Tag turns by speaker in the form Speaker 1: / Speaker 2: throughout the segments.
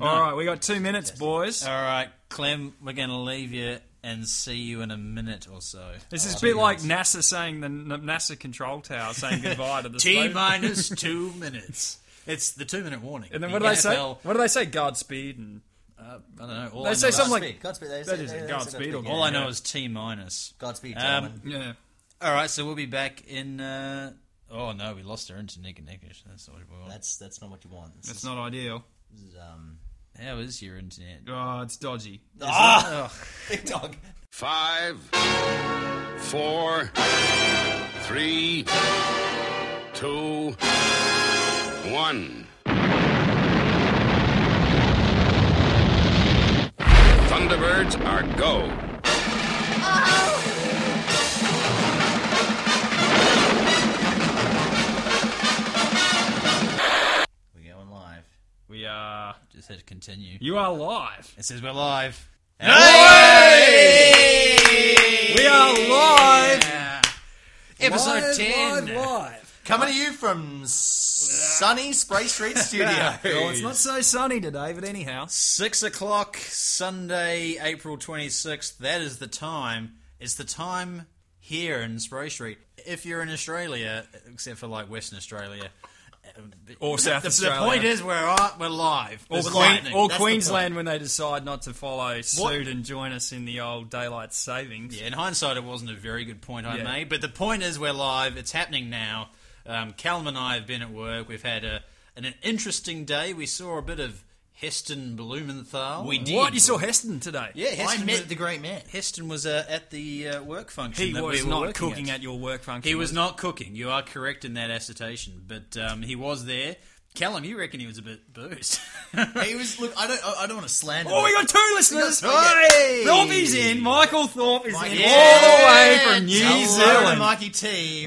Speaker 1: All right, we got two minutes, boys.
Speaker 2: All right, Clem, we're going to leave you and see you in a minute or so.
Speaker 1: This is a bit like NASA saying the N- NASA control tower saying goodbye to the
Speaker 2: T
Speaker 1: space-
Speaker 2: minus two minutes. It's the two minute warning.
Speaker 1: And then
Speaker 2: The
Speaker 1: what do they say?
Speaker 2: NFL,
Speaker 1: What do they say? Godspeed and
Speaker 2: I don't know. All
Speaker 1: They
Speaker 2: I
Speaker 1: say
Speaker 2: know
Speaker 1: something
Speaker 2: is-
Speaker 1: like
Speaker 3: Godspeed. They
Speaker 1: That
Speaker 3: say-
Speaker 1: isn't
Speaker 3: they say
Speaker 1: Godspeed or-
Speaker 3: yeah.
Speaker 2: All I know is T minus.
Speaker 3: Godspeed,
Speaker 2: Um,
Speaker 3: gentlemen.
Speaker 1: yeah.
Speaker 2: All right, so we'll be back in. Uh, oh no, we lost her into Nick and Nickish. That's what we want.
Speaker 3: that's that's not what you want. This
Speaker 1: It's
Speaker 3: is,
Speaker 1: not ideal.
Speaker 3: this is, um,
Speaker 2: How is your internet?
Speaker 1: Oh, it's dodgy.
Speaker 3: ah, big dog.
Speaker 4: Five, four, three, two, one. Thunderbirds are go.
Speaker 3: We're going live.
Speaker 1: We are.
Speaker 2: Just hit continue.
Speaker 1: You are live.
Speaker 2: It says we're live.
Speaker 1: We are live.
Speaker 2: Episode
Speaker 1: Live,
Speaker 2: ten.
Speaker 1: Live, live.
Speaker 3: Coming to you from sunny Spray Street Studio.
Speaker 1: Well, it's not so sunny today, but anyhow.
Speaker 2: Six o'clock Sunday, April twenty sixth. That is the time. It's the time here in Spray Street. If you're in Australia, except for like Western Australia.
Speaker 1: Or South
Speaker 2: the,
Speaker 1: Australia.
Speaker 2: The point is, we're on, we're live.
Speaker 1: Or,
Speaker 2: There's
Speaker 1: Queen-
Speaker 2: lightning.
Speaker 1: or
Speaker 2: That's the
Speaker 1: Queensland when they decide not to follow suit and join us in the old daylight savings.
Speaker 2: Yeah, in hindsight, it wasn't a very good point I
Speaker 1: Yeah.
Speaker 2: made, but the point is we're live. It's happening now. Um, Callum and I have been at work. We've had a, an, an interesting day. We saw a bit of Heston Blumenthal. We
Speaker 1: What? You saw Heston today?
Speaker 2: Yeah, Heston,
Speaker 3: I met
Speaker 2: was,
Speaker 3: the great man.
Speaker 2: Heston was uh, at the uh, work function.
Speaker 1: He
Speaker 2: that
Speaker 1: was
Speaker 2: we were
Speaker 1: not
Speaker 2: working
Speaker 1: cooking at. your work function.
Speaker 2: He was not cooking. You are correct in that assertion, but um, he was there. Callum, you reckon he was a bit boozed?
Speaker 3: He was. Look, I don't. I I don't want to slander.
Speaker 1: Oh, we
Speaker 3: him.
Speaker 1: got two listeners.
Speaker 3: We got two, yeah.
Speaker 1: Thorpe is in. Michael Thorpe is in
Speaker 3: Michael-
Speaker 1: all the way from New
Speaker 3: Hello to
Speaker 1: Zealand.
Speaker 3: Mikey T.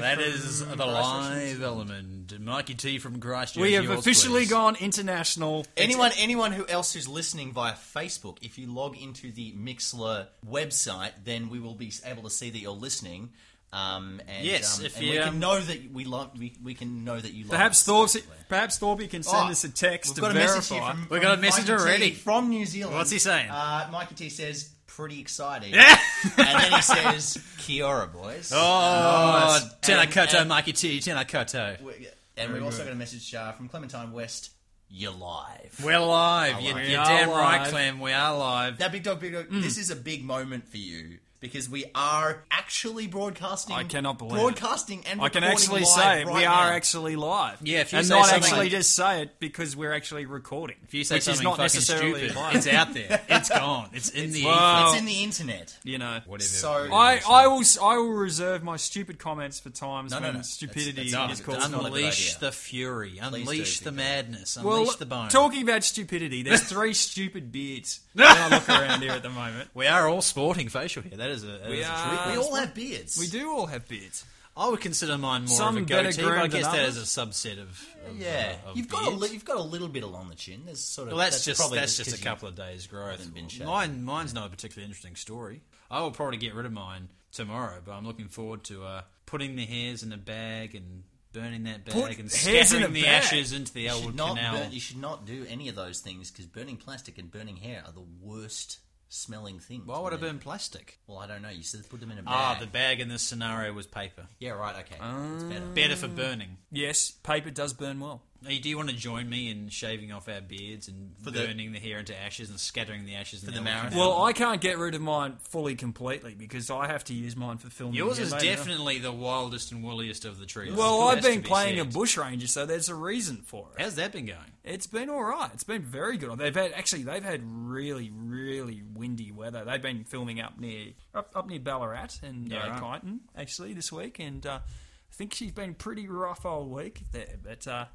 Speaker 2: that
Speaker 3: from
Speaker 2: is the live element. Mikey T from Christchurch.
Speaker 1: We have
Speaker 2: yours,
Speaker 1: officially
Speaker 2: please.
Speaker 1: gone international.
Speaker 3: Anyone, anyone who else who's listening via Facebook, if you log into the Mixler website, then we will be able to see that you're listening. Um, and,
Speaker 2: Yes,
Speaker 3: um,
Speaker 2: if
Speaker 3: and
Speaker 2: you,
Speaker 3: we
Speaker 2: um,
Speaker 3: can know that we love, we, we can know that you love.
Speaker 1: Perhaps
Speaker 3: us,
Speaker 1: Thorpe,
Speaker 3: basically.
Speaker 1: perhaps Thorpe can send
Speaker 3: Oh,
Speaker 1: us a text
Speaker 3: We've
Speaker 1: to
Speaker 3: got a message here
Speaker 1: verify.
Speaker 3: from,
Speaker 2: We got a
Speaker 3: from
Speaker 2: message
Speaker 3: Mikey T
Speaker 2: already.
Speaker 3: from New Zealand.
Speaker 2: What's he saying?
Speaker 3: Uh, Mikey T says pretty exciting. Yeah, and then he says kia ora, boys.
Speaker 2: Oh,
Speaker 3: that's-
Speaker 2: tena
Speaker 3: and-
Speaker 2: koto,
Speaker 3: and-
Speaker 2: Mikey T, tena koto.
Speaker 3: We- and we've also got a message uh, from Clementine West. You're live.
Speaker 2: We're live. Oh, You,
Speaker 3: We
Speaker 2: you're
Speaker 1: are
Speaker 2: damn right,
Speaker 1: live.
Speaker 2: Clem. We are live.
Speaker 3: Now, Big Dog, Big
Speaker 2: Hmm.
Speaker 3: Dog, this is a big moment for you because we are actually broadcasting.
Speaker 1: I cannot believe it.
Speaker 3: broadcasting and
Speaker 1: I can
Speaker 3: recording
Speaker 1: actually
Speaker 3: live
Speaker 1: say it.
Speaker 3: right
Speaker 1: we are
Speaker 3: now.
Speaker 1: actually live.
Speaker 2: Yeah, if you
Speaker 1: and
Speaker 2: say
Speaker 1: not
Speaker 2: something-
Speaker 1: actually just say it because we're actually recording.
Speaker 2: If you say
Speaker 1: which
Speaker 2: something
Speaker 1: is not
Speaker 2: fucking
Speaker 1: necessarily
Speaker 2: stupid,
Speaker 1: live.
Speaker 2: it's out there. It's gone. It's in the
Speaker 1: Wow.
Speaker 3: It's
Speaker 1: Oh.
Speaker 3: in the internet.
Speaker 1: you know.
Speaker 2: ether.
Speaker 3: So
Speaker 1: I, I will s- I will reserve my stupid comments for times
Speaker 3: No, no,
Speaker 1: when
Speaker 3: no.
Speaker 1: stupidity
Speaker 3: That's-
Speaker 1: is
Speaker 3: that's-
Speaker 1: called.
Speaker 3: that's not a good
Speaker 2: Unleash
Speaker 3: idea.
Speaker 2: the fury. Unleash
Speaker 3: do,
Speaker 2: the
Speaker 3: Peter.
Speaker 2: madness.
Speaker 1: well,
Speaker 2: Unleash the bone.
Speaker 1: talking about stupidity, there's three stupid beards when I look around here at the moment.
Speaker 2: We are all sporting facial hair. That is a, that
Speaker 1: We
Speaker 2: is a
Speaker 1: are-
Speaker 2: treat.
Speaker 3: we all have beards.
Speaker 1: We do all have beards.
Speaker 2: I would consider mine more
Speaker 1: Some
Speaker 2: of a
Speaker 1: better
Speaker 2: goatee, but I
Speaker 1: groomed
Speaker 2: guess
Speaker 1: than
Speaker 2: that is
Speaker 1: others.
Speaker 2: a subset of. of
Speaker 3: Yeah,
Speaker 2: uh, of
Speaker 3: you've got a
Speaker 2: beard.
Speaker 3: li- you've got a little bit along the chin. There's sort of
Speaker 2: Well, that's, just
Speaker 3: probably
Speaker 2: that's
Speaker 3: 'cause
Speaker 2: just a
Speaker 3: you-
Speaker 2: couple of days' growth.
Speaker 3: been shaved.
Speaker 2: Mine, mine's not a particularly interesting story. I will probably get rid of mine tomorrow, but I'm looking forward to uh, putting the hairs in a bag and burning that bag
Speaker 1: Put
Speaker 2: and
Speaker 1: hairs in a
Speaker 2: scattering the
Speaker 1: bag?
Speaker 2: ashes into the
Speaker 3: You
Speaker 2: Elwood
Speaker 3: should, not
Speaker 2: Canal.
Speaker 3: burn- you should not do any of those things because burning plastic and burning hair are the worst smelling things.
Speaker 2: Why would I
Speaker 3: when they-
Speaker 2: burn plastic?
Speaker 3: Well, I don't know. You said put them in a bag.
Speaker 2: Ah, the Ah. bag in this scenario was paper.
Speaker 3: yeah, right. Okay, it's better.
Speaker 2: Better for burning.
Speaker 1: Yes, paper does burn well.
Speaker 2: Hey, do you want to join me in shaving off our beards and
Speaker 3: the-
Speaker 2: burning the, hair into ashes and scattering the ashes in
Speaker 3: the
Speaker 2: Elwood Canal?
Speaker 3: marathon.
Speaker 1: Well, I can't get rid of mine fully completely because I have to use mine for filming.
Speaker 2: Yours
Speaker 1: Yeah,
Speaker 2: is
Speaker 1: later on.
Speaker 2: definitely the wildest and woolliest of the trees.
Speaker 1: Well,
Speaker 2: It
Speaker 1: I've
Speaker 2: has to
Speaker 1: been
Speaker 2: be
Speaker 1: playing a
Speaker 2: said.
Speaker 1: bushranger, so there's a reason for it.
Speaker 2: How's that been going?
Speaker 1: It's been all right. It's been very good. They've had actually they've had really really windy weather. They've been filming up near up, up near Ballarat and
Speaker 2: Yeah,
Speaker 1: uh,
Speaker 2: right.
Speaker 1: Kyneton actually this week, and uh, I think she's been pretty rough all week there. But uh,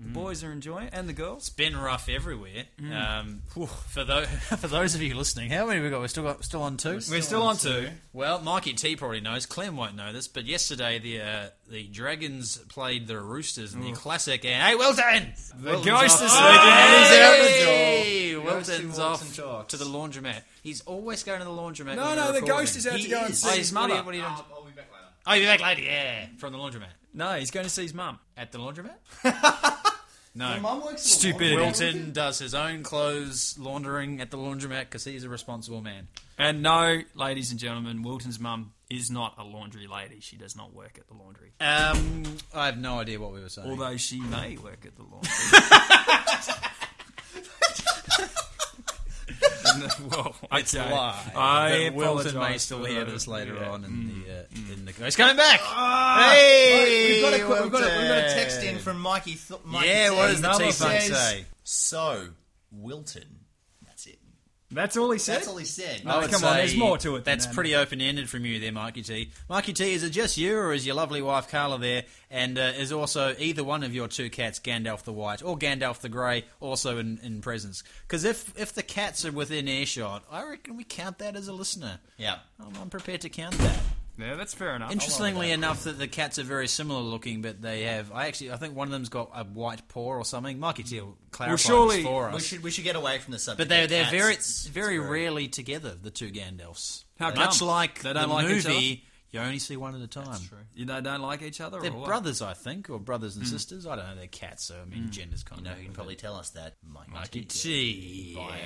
Speaker 1: the boys are enjoying it, and the girls.
Speaker 2: been rough everywhere. Um, for those for those of you listening, how many have we got? We're still got still on two.
Speaker 1: We're still on two.
Speaker 2: Well, Mikey T probably knows. Clem won't know this, but yesterday the uh, the Dragons played the Roosters in the classic. And, hey, Wilton! The
Speaker 1: ghost is sneaking in, he's out the
Speaker 2: door. Wilton's
Speaker 3: walks and
Speaker 2: off
Speaker 3: talks.
Speaker 2: to the laundromat. He's always going to the
Speaker 1: No,
Speaker 2: laundromat. when
Speaker 1: no,
Speaker 2: we're
Speaker 1: the
Speaker 2: recording.
Speaker 1: ghost is out
Speaker 3: He
Speaker 1: to go and
Speaker 3: is.
Speaker 1: see his mother.
Speaker 2: What are you Oh, doing?
Speaker 3: I'll be back later.
Speaker 2: Oh, you're back later. Yeah, from the laundromat
Speaker 1: No, he's going to see his mum.
Speaker 2: at the laundromat.
Speaker 3: My
Speaker 2: No.
Speaker 3: mum works at a
Speaker 1: Stupidity.
Speaker 3: laundry.
Speaker 2: Wilton does his own clothes laundering at the laundromat because he's a responsible man.
Speaker 1: And no, ladies and gentlemen, Wilton's mum is not a laundry lady. She does not work at the laundry.
Speaker 2: Um, I have no idea what we were saying.
Speaker 1: Although she may work at the laundry. Whoa, okay.
Speaker 2: it's a lie.
Speaker 1: I
Speaker 2: But Wilton may
Speaker 1: apologise
Speaker 2: still
Speaker 1: for
Speaker 2: hear
Speaker 1: that.
Speaker 2: this later
Speaker 1: Yeah.
Speaker 2: on in the uh, in the. He's coming back. hey,
Speaker 3: Mm. Ah! We've got, a, we've, got a, we've got a
Speaker 2: Wilton.
Speaker 3: text in from Mikey. Th- Mikey
Speaker 2: Yeah, what does
Speaker 3: T.
Speaker 2: the
Speaker 3: He
Speaker 2: T-Funk
Speaker 3: says,
Speaker 2: say?
Speaker 3: So, Wilton. That's it.
Speaker 1: That's all he said.
Speaker 3: That's all he said.
Speaker 2: I
Speaker 1: Oh,
Speaker 2: would
Speaker 1: come on,
Speaker 2: say
Speaker 1: there's more to it than
Speaker 2: That's
Speaker 1: that.
Speaker 2: pretty open ended from you there, Mikey T. Mikey T, is it just you or is your lovely wife Carla there? And uh, is also either one of your two cats, Gandalf the White or Gandalf the Grey, also in, in presence? Because if, if the cats are within earshot, I reckon we count that as a listener.
Speaker 3: yeah.
Speaker 2: I'm, I'm prepared to count that.
Speaker 1: yeah, that's fair enough.
Speaker 2: Interestingly enough, that the cats are very similar looking, but they have. I actually, I think one of them's got a white paw or something. Mikey T will clarify this
Speaker 1: surely-
Speaker 2: for us.
Speaker 3: We should we should get away from the subject.
Speaker 2: But they're
Speaker 3: of
Speaker 2: they're
Speaker 3: cats.
Speaker 2: very
Speaker 3: It's- it's
Speaker 2: very rarely together. The two Gandalfs.
Speaker 1: How
Speaker 2: Much
Speaker 1: come?
Speaker 2: like
Speaker 1: They don't
Speaker 2: the
Speaker 1: like each
Speaker 2: movie, you only see one at a time.
Speaker 1: Oh,
Speaker 2: That's true.
Speaker 1: You know, don't like each other.
Speaker 2: They're
Speaker 1: or what?
Speaker 2: brothers, I think, or brothers and sisters. I don't know. They're cats, so I mean, gender's kind
Speaker 3: You know,
Speaker 2: of.
Speaker 3: you can probably tell us that, Mikey.
Speaker 2: Mikey
Speaker 3: T.
Speaker 2: T.
Speaker 3: Via
Speaker 2: Yeah.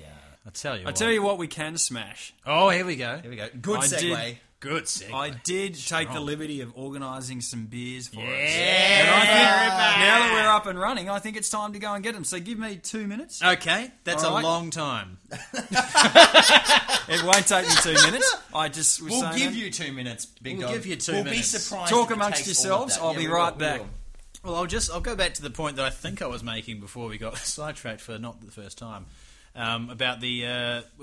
Speaker 3: the, uh,
Speaker 2: I tell you.
Speaker 1: I tell you what, we can smash.
Speaker 2: Oh, here we go.
Speaker 3: Here we go. Good
Speaker 1: I
Speaker 3: segue.
Speaker 1: did-
Speaker 2: Good segue.
Speaker 1: I did take the liberty of organising some beers for us.
Speaker 2: Yeah.
Speaker 1: And I think now that we're up and running, I think it's time to go and get them. So give me two minutes.
Speaker 2: Okay, that's
Speaker 1: All
Speaker 2: a
Speaker 1: right.
Speaker 2: long time.
Speaker 1: It won't take me two minutes. I just was
Speaker 3: We'll
Speaker 1: saying
Speaker 3: give
Speaker 1: that.
Speaker 3: you two minutes, big
Speaker 2: We'll
Speaker 3: dog.
Speaker 2: give you two
Speaker 3: we'll
Speaker 2: minutes.
Speaker 3: be surprised.
Speaker 1: Talk
Speaker 3: if it
Speaker 1: amongst
Speaker 3: takes all of
Speaker 1: yourselves.
Speaker 3: that.
Speaker 1: I'll
Speaker 3: Yeah,
Speaker 1: be
Speaker 3: we
Speaker 1: right
Speaker 3: will, we
Speaker 1: back.
Speaker 3: will.
Speaker 2: Well, I'll just I'll go back to the point that I think I was making before we got sidetracked for not the first time um, about the. Uh, uh, I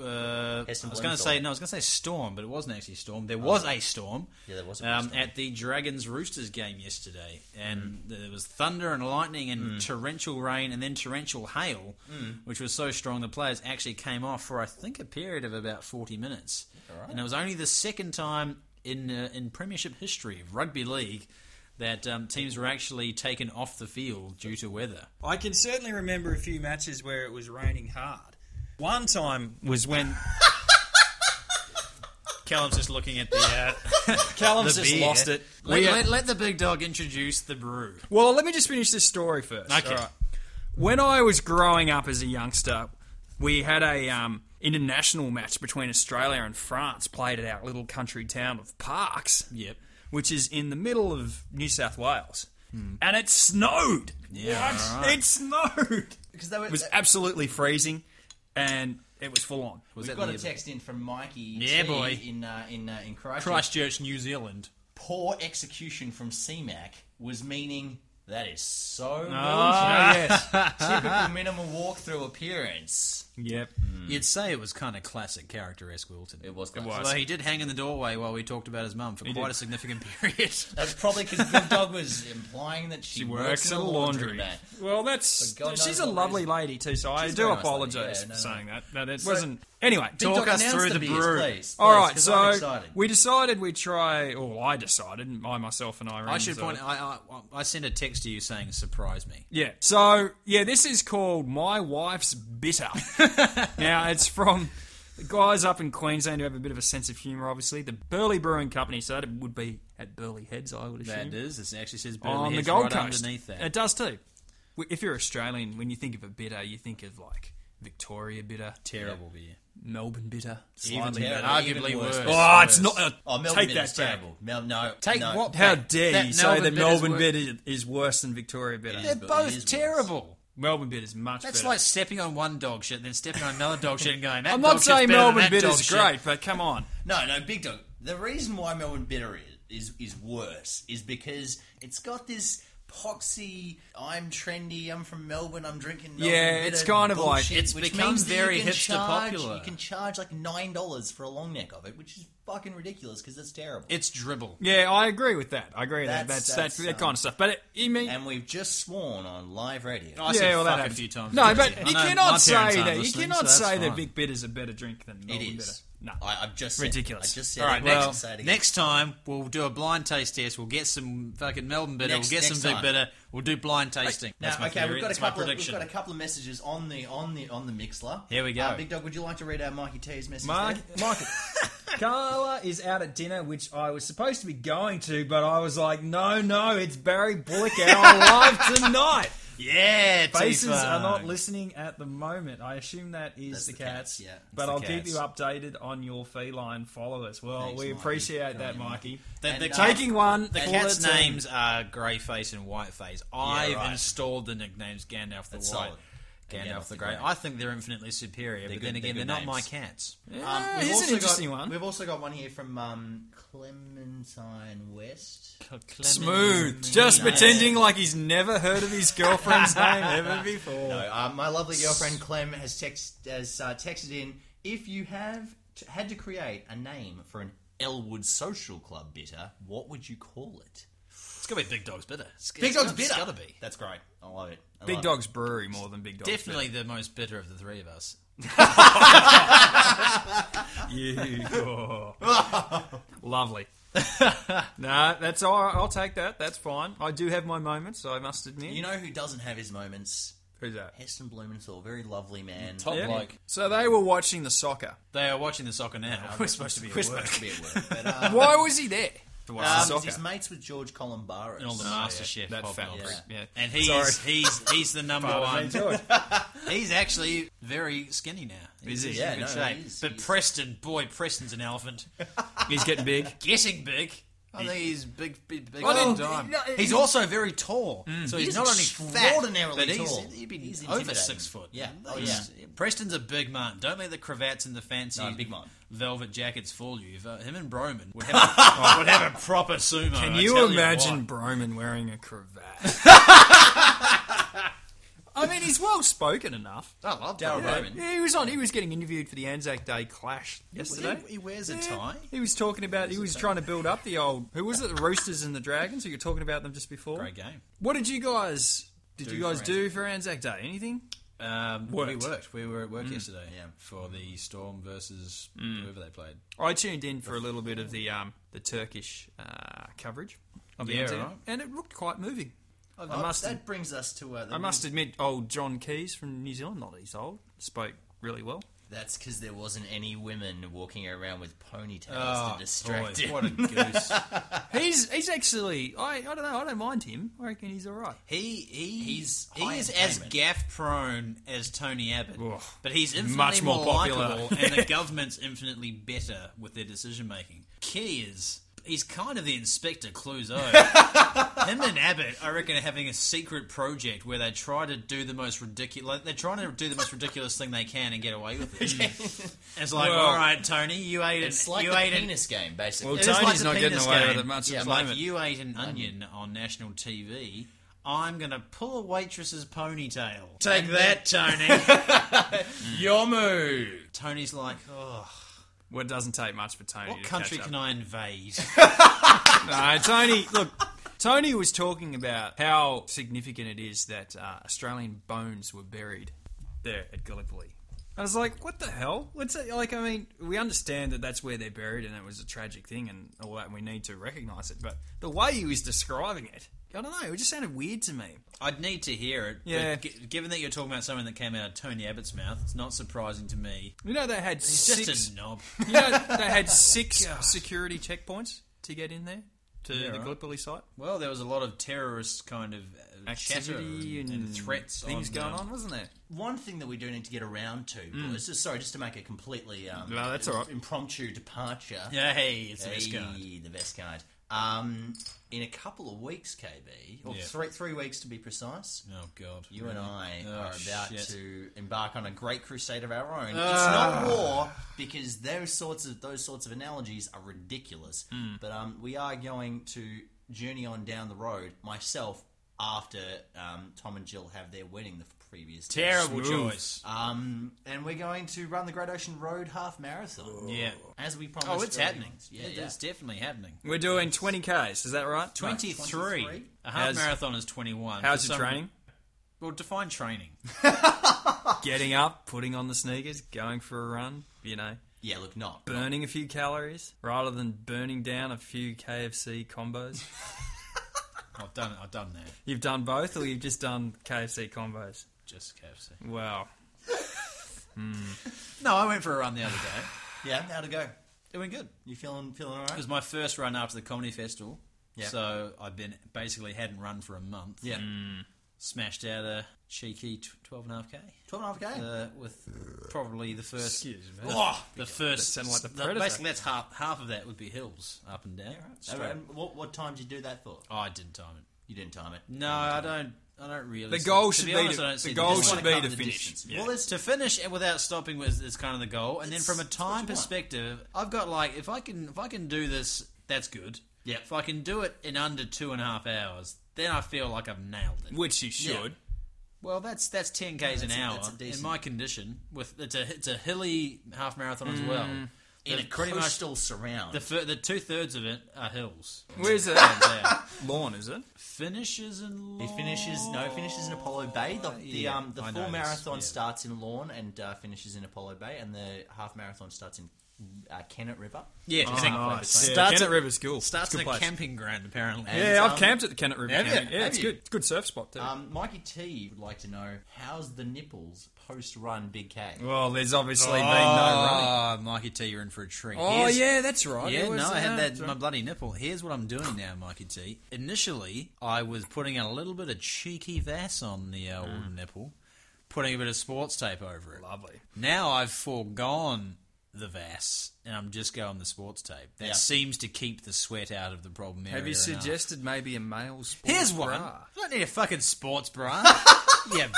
Speaker 2: was
Speaker 3: Heston
Speaker 2: going to
Speaker 3: Blumenthal.
Speaker 2: say no, I was going to say storm, but it wasn't actually storm. There was a storm.
Speaker 3: Yeah, there was a
Speaker 2: um,
Speaker 3: storm.
Speaker 2: at the Dragons Roosters game yesterday, and
Speaker 3: Mm.
Speaker 2: there was thunder and lightning and torrential rain and then torrential hail,
Speaker 3: Mm.
Speaker 2: which was so strong the players actually came off for I think a period of about forty minutes, and it was only the second time in uh, in Premiership history of rugby league that um, teams were actually taken off the field due to weather.
Speaker 1: I can certainly remember a few matches where it was raining hard. One time was when
Speaker 2: Callum's just looking at the. Uh,
Speaker 1: Callum's
Speaker 2: The
Speaker 1: just
Speaker 2: beer.
Speaker 1: lost it.
Speaker 2: let,
Speaker 1: We-
Speaker 2: let, let the big dog introduce the brew.
Speaker 1: Well, let me just finish this story first.
Speaker 2: Okay.
Speaker 1: All right. When I was growing up as a youngster, we had a um, international match between Australia and France played at our little country town of Parks.
Speaker 2: Yep.
Speaker 1: Which is in the middle of New South Wales. And it snowed.
Speaker 2: Yeah,
Speaker 1: What?
Speaker 2: right.
Speaker 1: It snowed.
Speaker 3: Because they were,
Speaker 1: It was absolutely freezing and it was full on.
Speaker 2: Was
Speaker 3: we've
Speaker 2: that
Speaker 3: got
Speaker 2: the
Speaker 3: a
Speaker 2: year-
Speaker 3: text in from Mikey.
Speaker 2: Yeah,
Speaker 3: T
Speaker 2: boy.
Speaker 3: In uh, in uh, in Christchurch.
Speaker 2: Christchurch, New Zealand.
Speaker 3: Poor execution from CMAC was meaning that is
Speaker 1: Oh.
Speaker 3: so
Speaker 1: yes.
Speaker 3: military. typical minimal walkthrough appearance.
Speaker 1: yep.
Speaker 3: Mm,
Speaker 2: You'd say it was kind of classic character-esque Wilton.
Speaker 3: It was.
Speaker 1: was.
Speaker 2: Although he did hang in the doorway while we talked about his mum for quite
Speaker 1: did.
Speaker 2: a significant period.
Speaker 3: That's probably because Big Dog was implying that she,
Speaker 1: She works
Speaker 3: in
Speaker 1: at a laundry.
Speaker 3: man.
Speaker 1: Well, that's
Speaker 3: But God
Speaker 1: she's
Speaker 3: knows
Speaker 1: a
Speaker 3: what
Speaker 1: lovely
Speaker 3: reason.
Speaker 1: lady too, so I
Speaker 3: She's
Speaker 1: do
Speaker 3: very nice lady,
Speaker 1: apologise
Speaker 3: yeah,
Speaker 1: for
Speaker 3: no, no.
Speaker 1: saying that. That it wasn't. Anyway,
Speaker 3: Big
Speaker 2: Talk
Speaker 3: Dog,
Speaker 2: us
Speaker 3: announce
Speaker 2: through the
Speaker 3: beers,
Speaker 2: brew.
Speaker 3: Please,
Speaker 1: All right,
Speaker 3: please, 'cause I'm
Speaker 1: so
Speaker 3: excited.
Speaker 1: we decided we'd try. Or I decided, I myself and Irene.
Speaker 2: I should
Speaker 1: decided.
Speaker 2: point. I, I I sent a text to you saying surprise me.
Speaker 1: Yeah. So yeah, this is called My Wife's Bitter. now it's from the guys up in Queensland who have a bit of a sense of humour, obviously. The Burley Brewing Company. So that would be at Burley Heads, I would assume.
Speaker 2: That is. It actually says Burley
Speaker 1: on the
Speaker 2: Heads
Speaker 1: Gold
Speaker 2: right
Speaker 1: Coast.
Speaker 2: underneath that.
Speaker 1: It does too. W- If you're Australian, when you think of a bitter, you think of like Victoria bitter,
Speaker 2: Terrible beer.
Speaker 1: Melbourne bitter,
Speaker 3: Even
Speaker 1: slightly
Speaker 3: terrible,
Speaker 1: bitter.
Speaker 2: arguably
Speaker 3: even
Speaker 2: worse.
Speaker 1: Oh, it's not. uh,
Speaker 3: Oh, Melbourne
Speaker 1: take
Speaker 3: Bitter
Speaker 1: that
Speaker 3: is
Speaker 1: back.
Speaker 3: terrible. Mel, no,
Speaker 2: Take
Speaker 3: no.
Speaker 2: what?
Speaker 1: How
Speaker 2: back?
Speaker 1: dare
Speaker 2: That
Speaker 1: you say that
Speaker 2: bitter's
Speaker 1: Melbourne
Speaker 2: worse.
Speaker 1: bitter is worse than Victoria bitter?
Speaker 3: It
Speaker 2: They're
Speaker 3: is, but it
Speaker 2: both
Speaker 3: is worse.
Speaker 2: terrible.
Speaker 1: Melbourne bitter is much
Speaker 2: That's
Speaker 1: better.
Speaker 2: like stepping on one dog shit, then stepping on another dog shit, and going. That
Speaker 1: I'm not
Speaker 2: dog shit's
Speaker 1: saying
Speaker 2: better than
Speaker 1: Melbourne
Speaker 2: that
Speaker 1: bitter
Speaker 2: dog
Speaker 1: is
Speaker 2: shit.
Speaker 1: great, but come on.
Speaker 3: No, no, Big Dog. The reason why Melbourne Bitter is, is is worse is because it's got this poxy. I'm trendy. I'm from Melbourne. I'm drinking. Melbourne
Speaker 1: Yeah, it's
Speaker 3: Bitter
Speaker 1: kind of like-
Speaker 3: bullshit,
Speaker 2: it's
Speaker 3: which
Speaker 2: become
Speaker 3: means that
Speaker 2: very
Speaker 3: you can
Speaker 2: hipster
Speaker 3: charge,
Speaker 2: popular.
Speaker 3: You can charge like nine dollars for a long neck of it, which is fucking ridiculous because it's terrible.
Speaker 2: It's dribble.
Speaker 1: Yeah, I agree with that. I agree with that.
Speaker 3: That's-
Speaker 1: That's,
Speaker 3: that's,
Speaker 1: that's, that kind
Speaker 3: um,
Speaker 1: of stuff. But it, you mean
Speaker 3: and we've just sworn on live radio.
Speaker 2: I
Speaker 1: yeah,
Speaker 2: said
Speaker 1: well,
Speaker 2: fuck
Speaker 1: that
Speaker 2: a few times.
Speaker 1: No,
Speaker 2: already.
Speaker 1: but
Speaker 2: I
Speaker 1: you
Speaker 2: know my
Speaker 1: cannot say
Speaker 2: parents aren't
Speaker 1: that. You
Speaker 2: listening,
Speaker 1: cannot
Speaker 2: so that's
Speaker 1: say that
Speaker 2: fine.
Speaker 1: Big Bitter's a better drink than
Speaker 3: it
Speaker 1: Melbourne
Speaker 3: is.
Speaker 1: Bitter. No.
Speaker 3: I, I've just said it.
Speaker 1: Ridiculous.
Speaker 3: I just said
Speaker 2: All right,
Speaker 3: it.
Speaker 2: well,
Speaker 3: Next, say it again.
Speaker 2: next time we'll do a blind taste test. We'll get some fucking Melbourne bitter.
Speaker 3: Next-
Speaker 2: we'll get
Speaker 3: next
Speaker 2: some big
Speaker 3: time.
Speaker 2: bitter. We'll do blind tasting.
Speaker 3: Now,
Speaker 2: That's my
Speaker 3: okay,
Speaker 2: theory.
Speaker 3: we've got
Speaker 2: That's
Speaker 3: a
Speaker 2: my
Speaker 3: couple. Of, we've
Speaker 2: prediction.
Speaker 3: got a couple of messages on the on the on the Mixler.
Speaker 2: Here we go.
Speaker 3: Uh, Big Dog, would you like to read out Mikey T's message?
Speaker 1: Mark,
Speaker 3: there?
Speaker 1: Michael. Carla is out at dinner, which I was supposed to be going to, but I was like, no, no, it's Barry Bullock hour live tonight.
Speaker 3: Yeah,
Speaker 1: Faces are not
Speaker 3: T-Funk.
Speaker 1: listening at the moment. I assume that is
Speaker 3: That's
Speaker 1: the,
Speaker 3: the
Speaker 1: cats.
Speaker 3: cats, yeah. It's
Speaker 1: But
Speaker 3: the
Speaker 1: I'll keep
Speaker 3: cats.
Speaker 1: you updated on your feline followers. Well,
Speaker 3: Thanks,
Speaker 1: we
Speaker 3: Mikey.
Speaker 1: appreciate
Speaker 3: Come
Speaker 1: that,
Speaker 3: on,
Speaker 1: Mikey.
Speaker 3: Mikey.
Speaker 2: The,
Speaker 3: And,
Speaker 2: the
Speaker 3: uh,
Speaker 2: cat-
Speaker 1: Taking one,
Speaker 2: the
Speaker 1: call
Speaker 2: cat's
Speaker 1: it, um,
Speaker 2: names are Greyface and Whiteface. I've
Speaker 3: right.
Speaker 2: installed the nicknames Gandalf the
Speaker 3: That's
Speaker 2: White,
Speaker 3: solid.
Speaker 2: Gandalf, the Grey. I think they're infinitely superior, but
Speaker 3: good-
Speaker 2: then
Speaker 3: they're
Speaker 2: again, they're not
Speaker 3: good
Speaker 2: my
Speaker 3: names.
Speaker 2: cats.
Speaker 3: Um,
Speaker 1: Ah,
Speaker 3: we've
Speaker 1: here's
Speaker 3: also
Speaker 1: an interesting
Speaker 3: got,
Speaker 1: one.
Speaker 3: We've also got one here from um, Clementine West.
Speaker 1: Smooth. Just
Speaker 3: Nice.
Speaker 1: pretending like he's never heard of his girlfriend's name ever before.
Speaker 3: No, uh, my lovely girlfriend Clem has text has uh, texted in. If you have t- had to create a name for an Elwood Social Club bitter, what what would you call it?
Speaker 2: It's got to be Big Dog's Bitter. It's,
Speaker 3: Big
Speaker 2: it's
Speaker 3: Dog's
Speaker 2: gotta-
Speaker 3: bitter.
Speaker 2: It's got to be.
Speaker 3: That's great. I love it. I
Speaker 1: Big
Speaker 3: love
Speaker 1: Dog's Brewery more than Big Dog's.
Speaker 2: Definitely the most bitter of the three of us.
Speaker 1: You. Lovely. no, that's all. right. I'll take that. That's fine. I do have my moments. I must admit.
Speaker 3: It. You know who doesn't have his moments?
Speaker 1: Who's that?
Speaker 3: Heston Blumenthal, very lovely man.
Speaker 2: Top
Speaker 1: Yeah.
Speaker 2: bloke.
Speaker 1: So they were watching the soccer.
Speaker 2: They are watching the soccer now. Uh, We're supposed to be at
Speaker 3: We're
Speaker 2: work.
Speaker 3: supposed to be at work, but, uh,
Speaker 1: Why was he there to watch the
Speaker 3: um,
Speaker 1: soccer?
Speaker 3: he's mates with George Columbaris.
Speaker 2: And all the master chef.
Speaker 1: that fat
Speaker 2: hobnobs.
Speaker 1: prick. Yeah.
Speaker 2: And he's, he's, he's the number one.
Speaker 1: George.
Speaker 2: He's actually very skinny now. He's
Speaker 1: he?
Speaker 2: in
Speaker 3: Yeah,
Speaker 2: good
Speaker 3: no,
Speaker 2: shape.
Speaker 3: he is,
Speaker 2: but
Speaker 3: he is.
Speaker 2: Preston, boy, Preston's an elephant.
Speaker 1: he's getting big.
Speaker 2: Getting big. Oh, I think he's big, big, big
Speaker 1: Well,
Speaker 2: all the
Speaker 1: then,
Speaker 2: time.
Speaker 1: no, it-
Speaker 2: he's also very tall, so he's,
Speaker 3: He's
Speaker 2: not only fat,
Speaker 3: extraordinarily
Speaker 2: but he's,
Speaker 3: tall.
Speaker 2: he'd be
Speaker 3: He's
Speaker 2: over
Speaker 3: intimidating.
Speaker 2: six foot.
Speaker 3: Yeah. Oh,
Speaker 2: He's- Preston's a big man. Don't let the cravats and the fancy
Speaker 3: No, big man.
Speaker 2: velvet jackets fool you. If, uh, him and Broman would have a, would have a proper sumo.
Speaker 1: Can
Speaker 2: I
Speaker 1: you
Speaker 2: tell
Speaker 1: imagine
Speaker 2: what.
Speaker 1: Broman wearing a cravat? I mean, he's well spoken enough.
Speaker 2: I love
Speaker 3: Daryl
Speaker 2: Broman.
Speaker 3: Broman.
Speaker 1: Yeah, he was on. He was getting interviewed for the Anzac Day clash yesterday.
Speaker 2: He, he wears a
Speaker 1: Yeah,
Speaker 2: tie.
Speaker 1: He was talking about. He was trying to build up the old. Who was it? The Roosters and the Dragons. You were talking about them just before.
Speaker 2: Great game.
Speaker 1: What did you guys? Did
Speaker 2: Do
Speaker 1: you guys
Speaker 2: for
Speaker 1: do for Anzac Day? Anything?
Speaker 2: Um,
Speaker 1: Worked. Mm.
Speaker 2: We worked. We were at work yesterday
Speaker 3: Yeah.
Speaker 2: for the Storm versus whoever they played.
Speaker 1: I tuned in for a little bit of the um, the Turkish uh, coverage of the
Speaker 2: Yeah,
Speaker 1: Anzac,
Speaker 2: right.
Speaker 1: and it looked quite moving. I
Speaker 3: Oh,
Speaker 1: must.
Speaker 3: that brings us to. Uh, the
Speaker 1: I must admit, old John Keys from New Zealand, not he's old, spoke really well.
Speaker 3: That's because there wasn't any women walking around with ponytails
Speaker 2: Oh,
Speaker 3: to distract
Speaker 2: boy,
Speaker 3: him.
Speaker 2: What a goose.
Speaker 1: He's he's actually. I, I don't know. I don't mind him. I reckon he's all right.
Speaker 2: he, he,
Speaker 3: He's
Speaker 2: he
Speaker 3: high
Speaker 2: is as
Speaker 3: entertainment.
Speaker 2: gaff prone as Tony Abbott,
Speaker 1: Ugh.
Speaker 2: but he's infinitely
Speaker 1: Much more
Speaker 2: more,
Speaker 1: popular.
Speaker 2: likable, and the government's infinitely better with their decision making. Key is. He's kind of the Inspector Clouseau. Him and Abbott, I reckon, are having a secret project where they try to do the most ridiculous. They're trying to do the most ridiculous thing they can and get away with it. It's like,
Speaker 1: Well-
Speaker 2: all right, Tony, you ate an
Speaker 3: It's like
Speaker 2: you
Speaker 3: the
Speaker 2: ate an
Speaker 3: penis game, basically.
Speaker 1: Well,
Speaker 2: It is
Speaker 1: Tony's
Speaker 2: like the
Speaker 1: not getting
Speaker 2: penis
Speaker 1: away
Speaker 2: game.
Speaker 1: with it much at
Speaker 2: It's
Speaker 1: the
Speaker 2: like
Speaker 1: moment.
Speaker 2: you ate an onion on national TV. I'm gonna pull a waitress's ponytail. Take that, Tony.
Speaker 3: your move.
Speaker 2: Tony's like, oh,
Speaker 1: Well, it doesn't take much for Tony.
Speaker 2: what
Speaker 1: to
Speaker 2: country
Speaker 1: catch up.
Speaker 2: can I invade?
Speaker 1: No, Uh, Tony, look, Tony was talking about how significant it is that uh, Australian bones were buried there at Gallipoli. I was like, what the hell? What's that? Like, I mean, we understand that that's where they're buried and it was a tragic thing and all that, and we need to recognise it. But the way he was describing it, I don't know, it just sounded weird to me.
Speaker 2: I'd need to hear it.
Speaker 1: Yeah.
Speaker 2: But g- given that you're talking about someone that came out of Tony Abbott's mouth, it's not surprising to me.
Speaker 1: You know, they had
Speaker 2: He's just
Speaker 1: six.
Speaker 2: a knob.
Speaker 1: you know, they had six security checkpoints to get in there to
Speaker 2: Yeah,
Speaker 1: the
Speaker 2: right.
Speaker 1: Gallipoli site.
Speaker 2: Well, there was a lot of terrorist kind of uh, chatter
Speaker 1: Activity and,
Speaker 2: threats,
Speaker 1: things
Speaker 2: on,
Speaker 1: going
Speaker 2: uh,
Speaker 1: on, wasn't there?
Speaker 3: One thing that we do need to get around to,
Speaker 2: Mm.
Speaker 3: boys, just, sorry, just to make a completely um,
Speaker 1: No, that's all right.
Speaker 3: impromptu departure.
Speaker 2: Yeah, hey, it's a
Speaker 3: Hey,
Speaker 2: misguide.
Speaker 3: the best kind. Um, in a couple of weeks, KB, or
Speaker 2: Yeah.
Speaker 3: three, three weeks to be precise,
Speaker 2: Oh God,
Speaker 3: you and I
Speaker 2: Oh,
Speaker 3: are about
Speaker 2: shit. Ah.
Speaker 3: to embark on a great crusade of our own. It's not war because those sorts of those sorts of analogies are ridiculous.
Speaker 2: Hmm.
Speaker 3: But um, we are going to journey on down the road. Myself after um, Tom and Jill have their wedding the previous day.
Speaker 2: Terrible
Speaker 1: Smooth.
Speaker 2: choice.
Speaker 3: Um, and we're going to run the Great Ocean Road Half Marathon.
Speaker 2: Yeah.
Speaker 3: as we promised.
Speaker 2: Oh, it's
Speaker 3: earlier.
Speaker 2: happening.
Speaker 3: Yeah,
Speaker 2: It-
Speaker 3: yeah.
Speaker 2: It's definitely happening.
Speaker 1: We're doing 20Ks, is that right?
Speaker 2: 23.
Speaker 3: 23.
Speaker 2: A half
Speaker 1: How's-
Speaker 2: marathon is 21.
Speaker 1: How's
Speaker 2: For
Speaker 1: your
Speaker 2: some-
Speaker 1: training?
Speaker 2: Well, define training.
Speaker 1: Getting up, putting on the sneakers, going for a run, you know,
Speaker 3: Yeah, look, not
Speaker 1: burning a few calories rather than burning down a few KFC combos.
Speaker 2: I've done I've done that.
Speaker 1: you've done both or you've just done KFC combos?
Speaker 2: Just KFC.
Speaker 1: Wow.
Speaker 2: No, I went for a run the other day.
Speaker 3: Yeah, how'd it go?
Speaker 2: It went good.
Speaker 3: You feeling feeling
Speaker 2: It
Speaker 3: alright?
Speaker 2: was my first run after the comedy festival.
Speaker 3: Yeah.
Speaker 2: So I've been basically hadn't run for a month.
Speaker 3: Yeah.
Speaker 2: smashed out a cheeky tw- 12.5k.
Speaker 3: 12.5k?
Speaker 2: Uh, with probably the first.
Speaker 1: Oh,
Speaker 2: the first.
Speaker 1: sounded like the Predator.
Speaker 2: basically, that's half, half of that would be hills up and down.
Speaker 3: So,
Speaker 2: Straight.
Speaker 3: um, what, what time did you do that for?
Speaker 2: Oh, I didn't time it.
Speaker 3: You didn't time it.
Speaker 2: No, I don't. I don't really.
Speaker 1: The
Speaker 2: see-
Speaker 1: goal
Speaker 2: to
Speaker 1: should be
Speaker 2: honest,
Speaker 1: to-
Speaker 2: I don't
Speaker 1: the
Speaker 2: see
Speaker 1: goal
Speaker 2: difference.
Speaker 1: should be to
Speaker 3: the
Speaker 1: finish.
Speaker 3: distance.
Speaker 1: Yeah.
Speaker 3: Well, it's
Speaker 2: to finish it without stopping was is kind of the goal. And then
Speaker 3: It's-
Speaker 2: from a
Speaker 3: it's what
Speaker 2: time
Speaker 3: you want.
Speaker 2: perspective, I've got like if I can if I can do this, that's good.
Speaker 3: Yep.
Speaker 2: If I can do it in under two and a half hours, then I feel like I've nailed it.
Speaker 1: Which you should.
Speaker 2: Well, that's that's ten k's an
Speaker 3: that's a-
Speaker 2: hour
Speaker 3: that's a decent-
Speaker 2: in my condition. With it's a it's a hilly half marathon as well.
Speaker 3: in a
Speaker 2: There's pretty much
Speaker 3: coastal surround.
Speaker 2: the fir- the two thirds of it are hills.
Speaker 1: Where's it?
Speaker 2: Yeah.
Speaker 1: Lawn, is it?
Speaker 2: Finishes and
Speaker 3: He finishes no finishes in Apollo Bay. The, the
Speaker 2: Yeah,
Speaker 3: um the
Speaker 2: I know
Speaker 3: full
Speaker 2: this,
Speaker 3: marathon
Speaker 2: yeah.
Speaker 3: starts in Lawn and uh, finishes in Apollo Bay, and the half marathon starts in uh, Kennet River.
Speaker 2: Oh, yeah, exactly.
Speaker 1: Yeah,
Speaker 2: Starts
Speaker 1: Kennet
Speaker 2: at-
Speaker 1: River's cool. It's
Speaker 2: Starts
Speaker 1: a
Speaker 2: in
Speaker 1: good
Speaker 2: a
Speaker 1: place.
Speaker 2: camping ground apparently.
Speaker 1: Yeah,
Speaker 3: And,
Speaker 1: I've
Speaker 3: um,
Speaker 1: camped at the Kennet River.
Speaker 2: have you?
Speaker 1: camping. Yeah,
Speaker 3: Have
Speaker 1: it's
Speaker 3: you?
Speaker 1: good. It's a good surf spot too.
Speaker 3: Um, Mikey T would like to know how's the nipples post run Big K.
Speaker 1: well, there's obviously been no running.
Speaker 2: Oh, Mikey T, you're in for a treat.
Speaker 1: Oh
Speaker 2: Here's-
Speaker 1: yeah, that's right.
Speaker 2: Oh. Yeah,
Speaker 1: It was,
Speaker 2: no, I
Speaker 1: uh,
Speaker 2: had that my bloody nipple. Here's what I'm doing now, Mikey T. Initially, I was putting a little bit of cheeky Vass on the old
Speaker 1: Mm.
Speaker 2: nipple, putting a bit of sports tape over it.
Speaker 1: Lovely.
Speaker 2: Now I've foregone the Vass, and I'm just going the sports tape. That
Speaker 3: Yeah.
Speaker 2: seems to keep the sweat out of the problem area.
Speaker 1: Have you
Speaker 2: enough.
Speaker 1: suggested maybe a male sport?
Speaker 2: Here's one.
Speaker 1: bra?
Speaker 2: I don't need a fucking sports bra. yeah,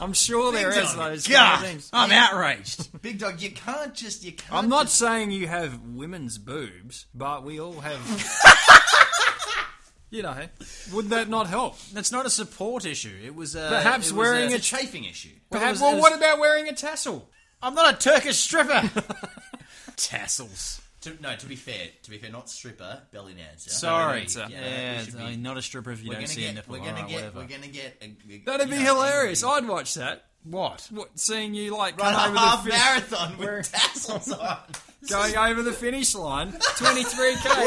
Speaker 1: I'm sure there is those kind of
Speaker 2: God,
Speaker 1: things.
Speaker 2: I'm outraged.
Speaker 3: Big dog, you can't just you can't.
Speaker 1: I'm not
Speaker 3: just-
Speaker 1: saying you have women's boobs, but we all have. you know, would that not help?
Speaker 2: That's not a support issue. It was uh,
Speaker 1: Perhaps
Speaker 2: it was
Speaker 1: wearing
Speaker 2: a-
Speaker 1: a
Speaker 3: It's a chafing issue.
Speaker 1: Perhaps.
Speaker 2: was-
Speaker 1: Well,
Speaker 2: it was-
Speaker 1: what about wearing a tassel?
Speaker 2: I'm not a Turkish stripper. Tassels.
Speaker 3: To, no, to be fair, to be fair, not stripper, belly dancer.
Speaker 2: Sorry.
Speaker 1: It's, uh,
Speaker 2: Yeah,
Speaker 3: we should
Speaker 2: I'm not a stripper if you
Speaker 3: We're
Speaker 2: don't
Speaker 3: gonna
Speaker 2: see a
Speaker 3: get.
Speaker 2: nipple.
Speaker 3: We're gonna
Speaker 2: Alright,
Speaker 3: get.
Speaker 2: whatever.
Speaker 3: We're gonna get. a- a-
Speaker 1: That'd
Speaker 3: you
Speaker 1: be
Speaker 3: know,
Speaker 1: hilarious.
Speaker 3: angry-
Speaker 1: I'd watch that.
Speaker 2: What?
Speaker 1: What, seeing you like
Speaker 3: Run
Speaker 1: come over
Speaker 3: a
Speaker 1: the
Speaker 3: half
Speaker 1: fin-
Speaker 3: marathon
Speaker 1: We're-
Speaker 3: with tassels on.
Speaker 1: going over the finish line, 23k,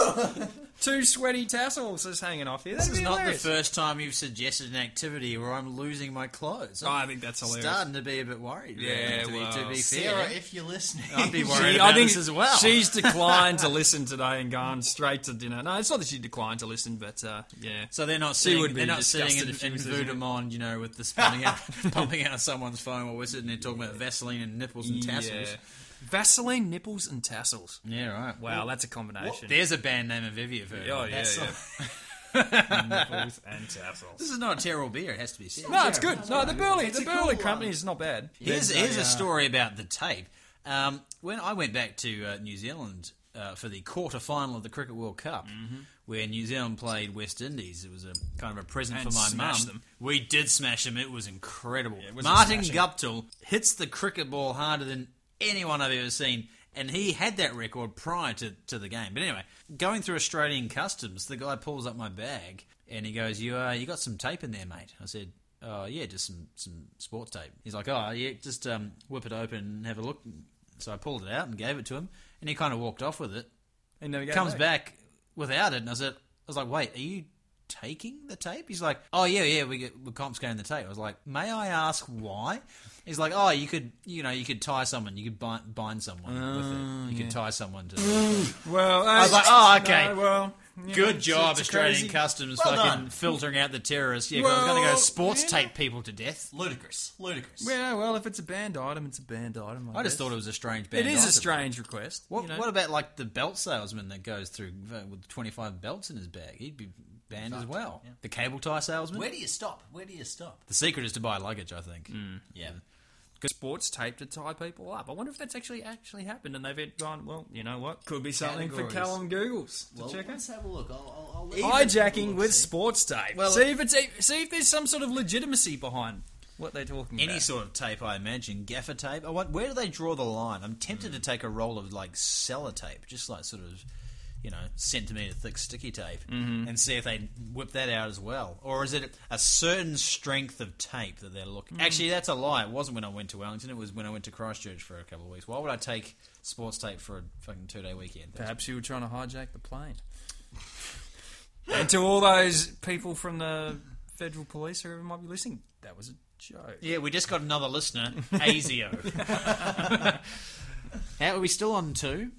Speaker 1: two, two sweaty tassels just hanging off here. That'd
Speaker 2: This is
Speaker 1: be
Speaker 2: not the
Speaker 1: hilarious.
Speaker 2: first time you've suggested an activity where I'm losing my clothes.
Speaker 1: Oh,
Speaker 2: I'm
Speaker 1: I think that's hilarious.
Speaker 2: starting to be a bit worried. really,
Speaker 1: Yeah,
Speaker 2: to, be-
Speaker 1: well,
Speaker 2: to be
Speaker 3: Sarah,
Speaker 2: fair.
Speaker 3: if you're listening,
Speaker 2: I'd be worried
Speaker 1: She-
Speaker 2: about
Speaker 1: I think
Speaker 2: this as well.
Speaker 1: she's declined to listen today and gone straight to dinner. No, it's not that she declined to listen, but uh, yeah.
Speaker 2: so they're not sitting.
Speaker 1: would be
Speaker 2: they're not sitting in,
Speaker 1: disgusted
Speaker 2: in
Speaker 1: if she was listening.
Speaker 2: Voudemont, you know, with the spilling out, pumping out someone's phone while we're sitting there talking about Vaseline and nipples and tassels.
Speaker 1: Yeah. Vaseline nipples and tassels.
Speaker 2: Yeah, right.
Speaker 1: Wow, that's a combination.
Speaker 2: There's a band name of Vivian.
Speaker 1: Oh yeah,
Speaker 3: That's
Speaker 1: yeah. nipples and tassels.
Speaker 2: This is not a terrible beer. It has to be said.
Speaker 1: No, it's good. No, the Burley,
Speaker 3: It's
Speaker 1: the
Speaker 3: a cool
Speaker 1: Burley
Speaker 3: one.
Speaker 1: company is not bad.
Speaker 2: Here's,
Speaker 1: There's
Speaker 2: here's
Speaker 1: uh,
Speaker 2: a story about the tape. Um, when I went back to uh, New Zealand uh, for the quarter final of the Cricket World Cup,
Speaker 1: Mm-hmm.
Speaker 2: where New Zealand played West Indies, it was a kind of a present
Speaker 1: And
Speaker 2: for my
Speaker 1: smashed
Speaker 2: mum.
Speaker 1: them.
Speaker 2: We did smash them. It was incredible.
Speaker 1: was a
Speaker 2: Martin
Speaker 1: smashing.
Speaker 2: Guptill hits the cricket ball harder than anyone I've ever seen. And he had that record prior to, to the game. But anyway, going through Australian customs, the guy pulls up my bag and he goes, "You uh, you got some tape in there, mate?" I said, "Oh yeah, just some some sports tape." He's like, "Oh yeah, just um, whip it open and have a look." So I pulled it out and gave it to him, and he kind of walked off with it.
Speaker 1: he never gave
Speaker 2: Comes
Speaker 1: it
Speaker 2: back without it, and I said, "I was like, wait, are you?" Taking the tape, he's like, "Oh yeah, yeah, we get, we're confiscating the tape." I was like, "May I ask why?" He's like, "Oh, you could, you know, you could tie someone, you could bind, bind someone with it, you could tie someone to." The,
Speaker 1: Well, I
Speaker 2: was like, oh, okay.
Speaker 1: well, you know,
Speaker 2: Good
Speaker 1: it's-
Speaker 2: job,
Speaker 1: it's a
Speaker 2: Australian
Speaker 1: crazy-
Speaker 2: Customs,
Speaker 3: Well
Speaker 2: fucking
Speaker 3: done.
Speaker 2: filtering out the terrorists. Yeah, 'cause I was going to
Speaker 1: Well,
Speaker 2: go sports
Speaker 1: yeah.
Speaker 2: tape people to death.
Speaker 3: ludicrous, ludicrous.
Speaker 1: Yeah, well, if it's a banned item, it's a banned item. I,
Speaker 2: I just
Speaker 1: guess.
Speaker 2: thought it was a strange band.
Speaker 1: it is a
Speaker 2: item.
Speaker 1: strange request.
Speaker 2: What,
Speaker 1: you know?
Speaker 2: what about like the belt salesman that goes through uh, with twenty five belts in his bag? He'd be banned as well. The cable tie salesman.
Speaker 3: Where do you stop? Where do you stop?
Speaker 2: the secret is to buy luggage, I think.
Speaker 3: Yeah.
Speaker 1: sports tape to tie people up. I wonder if that's actually actually happened, and they've gone. Well, you know what? Could be something for
Speaker 2: Categories.
Speaker 1: Callum Googles to
Speaker 3: Well,
Speaker 1: check out.
Speaker 3: let's have a look. I'll, I'll, I'll let you-
Speaker 1: Hijacking
Speaker 3: Look,
Speaker 1: with
Speaker 3: see.
Speaker 1: sports tape.
Speaker 2: Well-
Speaker 1: see if it's e, see if there's some sort of legitimacy behind what they're talking
Speaker 2: Any
Speaker 1: about.
Speaker 2: sort of tape, I imagine, gaffer tape. I want, where do they draw the line? I'm tempted to take a roll of like sellotape, just like sort of, you know, centimeter thick sticky tape, and see if they whip that out as well. Or is it a certain strength of tape that they're looking? Actually, that's a lie. It wasn't when I went to Wellington. It was when I went to Christchurch for a couple of weeks. Why would I take sports tape for a fucking two day weekend?
Speaker 1: Perhaps you were trying to hijack the plane. and to all those people from the federal police, whoever might be listening, that was a joke.
Speaker 2: Yeah, we just got another listener, Azio. How are we still on two?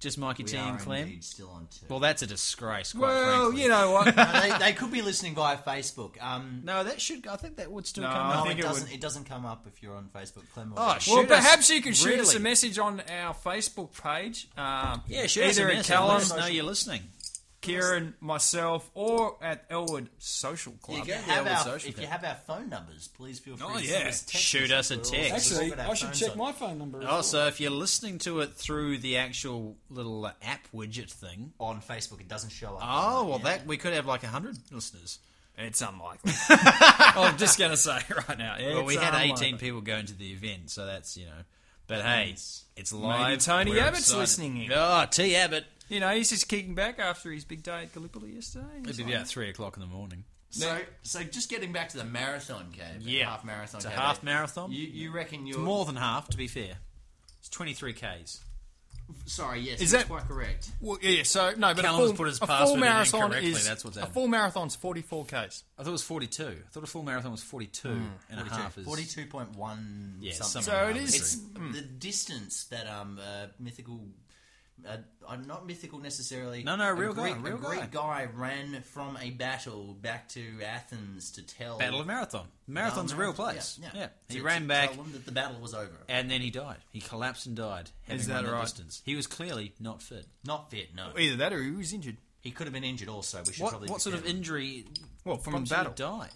Speaker 2: Just Mikey
Speaker 3: We
Speaker 2: T
Speaker 3: are
Speaker 2: and Clem.
Speaker 3: indeed still on two.
Speaker 2: Well, that's a disgrace. Quite
Speaker 1: Well,
Speaker 2: frankly.
Speaker 1: you know what?
Speaker 3: Uh, they, they could be listening via Facebook. Um,
Speaker 2: No, that should. I think that would still
Speaker 1: No,
Speaker 2: come
Speaker 1: I
Speaker 3: no,
Speaker 2: up.
Speaker 1: think
Speaker 3: it,
Speaker 1: it would-
Speaker 3: doesn't. It doesn't come up if you're on Facebook, Clem. Or
Speaker 2: Oh,
Speaker 3: Clem.
Speaker 2: shit.
Speaker 1: Well,
Speaker 2: Shoot us-
Speaker 1: perhaps you could shoot us a
Speaker 2: really?
Speaker 1: message on our Facebook page. Um,
Speaker 2: Yeah, sure.
Speaker 1: Either at
Speaker 2: Callum, let
Speaker 1: Callum,
Speaker 2: us know you're listening.
Speaker 1: Kieran, myself, or at Elwood Social Club.
Speaker 3: If you
Speaker 2: get
Speaker 3: have
Speaker 2: the old
Speaker 3: our,
Speaker 2: social
Speaker 3: if you
Speaker 2: thing.
Speaker 3: have our phone numbers, please feel free.
Speaker 1: Oh,
Speaker 3: to
Speaker 1: yeah.
Speaker 3: send us text
Speaker 2: Shoot
Speaker 3: messages.
Speaker 2: us a
Speaker 3: We're
Speaker 2: text.
Speaker 3: all- we've all
Speaker 5: Actually,
Speaker 3: got our
Speaker 5: I should
Speaker 3: phones
Speaker 5: check
Speaker 3: on.
Speaker 5: my phone number. as well.
Speaker 2: Oh, so if you're listening to it through the actual little uh, app widget thing.
Speaker 3: on Facebook. It doesn't show up.
Speaker 2: Oh well,
Speaker 3: Yeah.
Speaker 2: that we could have like hundred listeners.
Speaker 1: It's unlikely. Oh, I'm just going to say right now.
Speaker 2: well, we
Speaker 1: it's um,
Speaker 2: had
Speaker 1: unlikely.
Speaker 2: eighteen people going to the event, so that's you know. But hey, it's live.
Speaker 1: Maybe Tony
Speaker 2: We're
Speaker 1: Abbott's
Speaker 2: excited.
Speaker 1: listening in.
Speaker 2: Oh, T Abbott.
Speaker 1: You know, he's just kicking back after his big day at Gallipoli yesterday. He's
Speaker 2: It'd be
Speaker 1: like,
Speaker 2: about three o'clock in the morning.
Speaker 3: So, so just getting back to the marathon, Cave.
Speaker 2: Yeah.
Speaker 3: half marathon.
Speaker 2: It's a
Speaker 3: Cave.
Speaker 2: half marathon.
Speaker 3: You, you reckon you're
Speaker 2: It's more than half, to be fair. It's twenty three k's.
Speaker 3: Sorry, yes,
Speaker 1: Is
Speaker 3: that's
Speaker 1: that-
Speaker 3: quite correct.
Speaker 1: Well, yeah, so no, but a
Speaker 2: Callum's
Speaker 1: full,
Speaker 2: put his
Speaker 1: a
Speaker 2: password
Speaker 1: full
Speaker 2: in
Speaker 1: marathon
Speaker 2: incorrectly,
Speaker 1: is
Speaker 2: that's what's
Speaker 1: a
Speaker 2: happened.
Speaker 1: full marathon's forty four k's.
Speaker 2: I thought it was forty two. I thought a full marathon was 42
Speaker 1: Hmm.
Speaker 2: and a half. Is,
Speaker 3: Forty-two point one.
Speaker 2: Yeah, hmm.
Speaker 3: something.
Speaker 2: somewhere
Speaker 1: So
Speaker 2: around
Speaker 1: it is-
Speaker 2: there.
Speaker 3: It's the distance that um uh, mythical. Uh, uh, not mythical necessarily.
Speaker 2: No, no,
Speaker 3: a
Speaker 2: real guy,
Speaker 3: Greek,
Speaker 2: real
Speaker 3: a Greek guy. ran from a battle back to Athens to tell
Speaker 2: Battle of Oh, Marathon. Marathon's a real place. Yeah.
Speaker 3: To-
Speaker 2: He
Speaker 3: to
Speaker 2: ran back
Speaker 3: Tell them that the battle was over.
Speaker 2: and then he died. He collapsed and died. Having
Speaker 1: Is that
Speaker 2: run the
Speaker 1: right?
Speaker 2: distance. He was clearly not fit.
Speaker 3: Not fit. No,
Speaker 1: Either that or he was injured.
Speaker 3: he could have been injured. Also, we should
Speaker 2: What,
Speaker 3: probably
Speaker 2: what sort of
Speaker 3: prepare them.
Speaker 2: injury
Speaker 1: Well, from
Speaker 2: prompted
Speaker 1: the
Speaker 2: him
Speaker 1: battle.
Speaker 2: to die?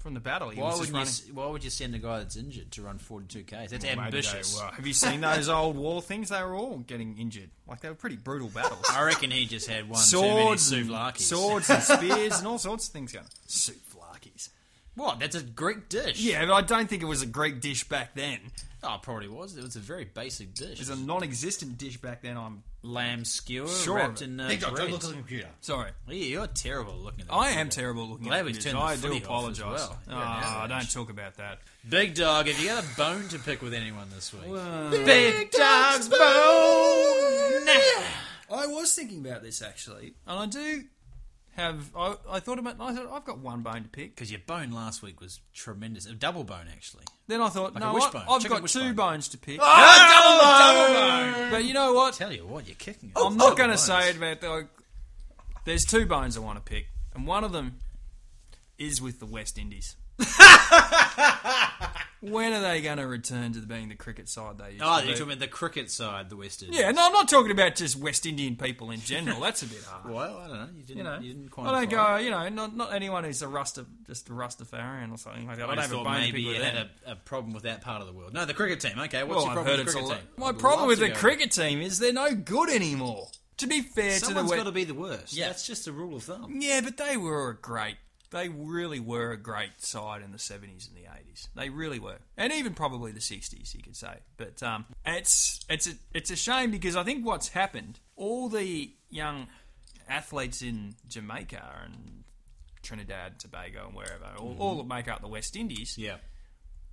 Speaker 1: From the battle, he
Speaker 2: Why
Speaker 1: was
Speaker 2: would
Speaker 1: just
Speaker 2: you,
Speaker 1: running.
Speaker 2: s- why would you send a guy that's injured to run 42Ks? That's
Speaker 1: Well, maybe they
Speaker 2: ambitious.
Speaker 1: were. have you seen those old war things? They were all getting injured. Like they were pretty brutal battles.
Speaker 2: I reckon he just had one
Speaker 1: swords,
Speaker 2: too many
Speaker 1: and,
Speaker 2: souvlakis.
Speaker 1: swords and spears and all sorts of things going. Souvlakis.
Speaker 2: What? That's a Greek dish.
Speaker 1: Yeah, but I don't think it was a Greek dish back then.
Speaker 2: Oh, it probably was. It was a very basic dish.
Speaker 1: It was a non-existent dish back then. I'm
Speaker 2: lamb skewer
Speaker 1: Sure.
Speaker 2: wrapped in uh,
Speaker 3: Big John, don't
Speaker 2: bread.
Speaker 3: look at the computer.
Speaker 1: sorry.
Speaker 2: Yeah, you're terrible looking. At that
Speaker 1: I am
Speaker 2: computer.
Speaker 1: terrible looking.
Speaker 2: Glad
Speaker 1: at
Speaker 2: we
Speaker 1: this.
Speaker 2: turned the
Speaker 1: I do
Speaker 2: footy off as
Speaker 1: apologise.
Speaker 2: well. You're an
Speaker 1: Ah,
Speaker 2: average.
Speaker 1: don't talk about that.
Speaker 2: Big dog, have you got a bone to pick with anyone this week?
Speaker 1: uh,
Speaker 2: Big,
Speaker 1: Dog's
Speaker 2: dog's bone.
Speaker 1: I was thinking about this actually, and I do have. I, I thought about. I thought I've got one bone to pick.
Speaker 2: Because your bone last week was tremendous. A double bone, actually.
Speaker 1: Then I thought,
Speaker 2: Like a
Speaker 1: no, what?
Speaker 2: wishbone.
Speaker 1: I've
Speaker 2: Chicken
Speaker 1: got two
Speaker 2: wishbone.
Speaker 1: bones to pick.
Speaker 2: double bone.
Speaker 1: But you know what?
Speaker 2: Tell you what, you're kicking. it.
Speaker 1: Oh! I'm not going to
Speaker 2: Bones.
Speaker 1: say it about. Like, there's two bones I want to pick, and one of them is with the West Indies. when are they going to return to being the cricket side they used
Speaker 2: Oh,
Speaker 1: to
Speaker 2: you're
Speaker 1: be?
Speaker 2: talking about the cricket side, the West Indies.
Speaker 1: Yeah, no, I'm not talking about just West Indian people in general. That's a bit hard.
Speaker 2: Well, I don't know. You didn't.
Speaker 1: You know,
Speaker 2: you didn't quantify.
Speaker 1: I don't go. You know, not not anyone who's a Rasta, just a Rastafarian or something like that. I,
Speaker 2: I
Speaker 1: don't
Speaker 2: just
Speaker 1: have a
Speaker 2: thought
Speaker 1: bone to
Speaker 2: maybe
Speaker 1: pick
Speaker 2: you
Speaker 1: with
Speaker 2: had
Speaker 1: them.
Speaker 2: a, a problem with that part of the world. No, the cricket team. Okay,
Speaker 1: Well,
Speaker 2: what's your
Speaker 1: I've
Speaker 2: problem
Speaker 1: heard
Speaker 2: with
Speaker 1: it's
Speaker 2: the
Speaker 1: a
Speaker 2: cricket
Speaker 1: lot.
Speaker 2: team?
Speaker 1: My
Speaker 2: I'd
Speaker 1: problem
Speaker 2: love
Speaker 1: with
Speaker 2: to
Speaker 1: the
Speaker 2: go.
Speaker 1: cricket team is they're no good anymore. To be fair
Speaker 2: Someone's
Speaker 1: to the
Speaker 2: got
Speaker 1: West,
Speaker 2: to be the worst.
Speaker 3: Yeah.
Speaker 2: that's just a rule of thumb.
Speaker 1: yeah, but they were a great. They really were a great side in the seventies and the eighties. They really were, and even probably the sixties, you could say. But um, it's it's a it's a shame because I think what's happened, all the young athletes in Jamaica and Trinidad and Tobago and wherever, all, all that make up the West Indies,
Speaker 2: Yeah,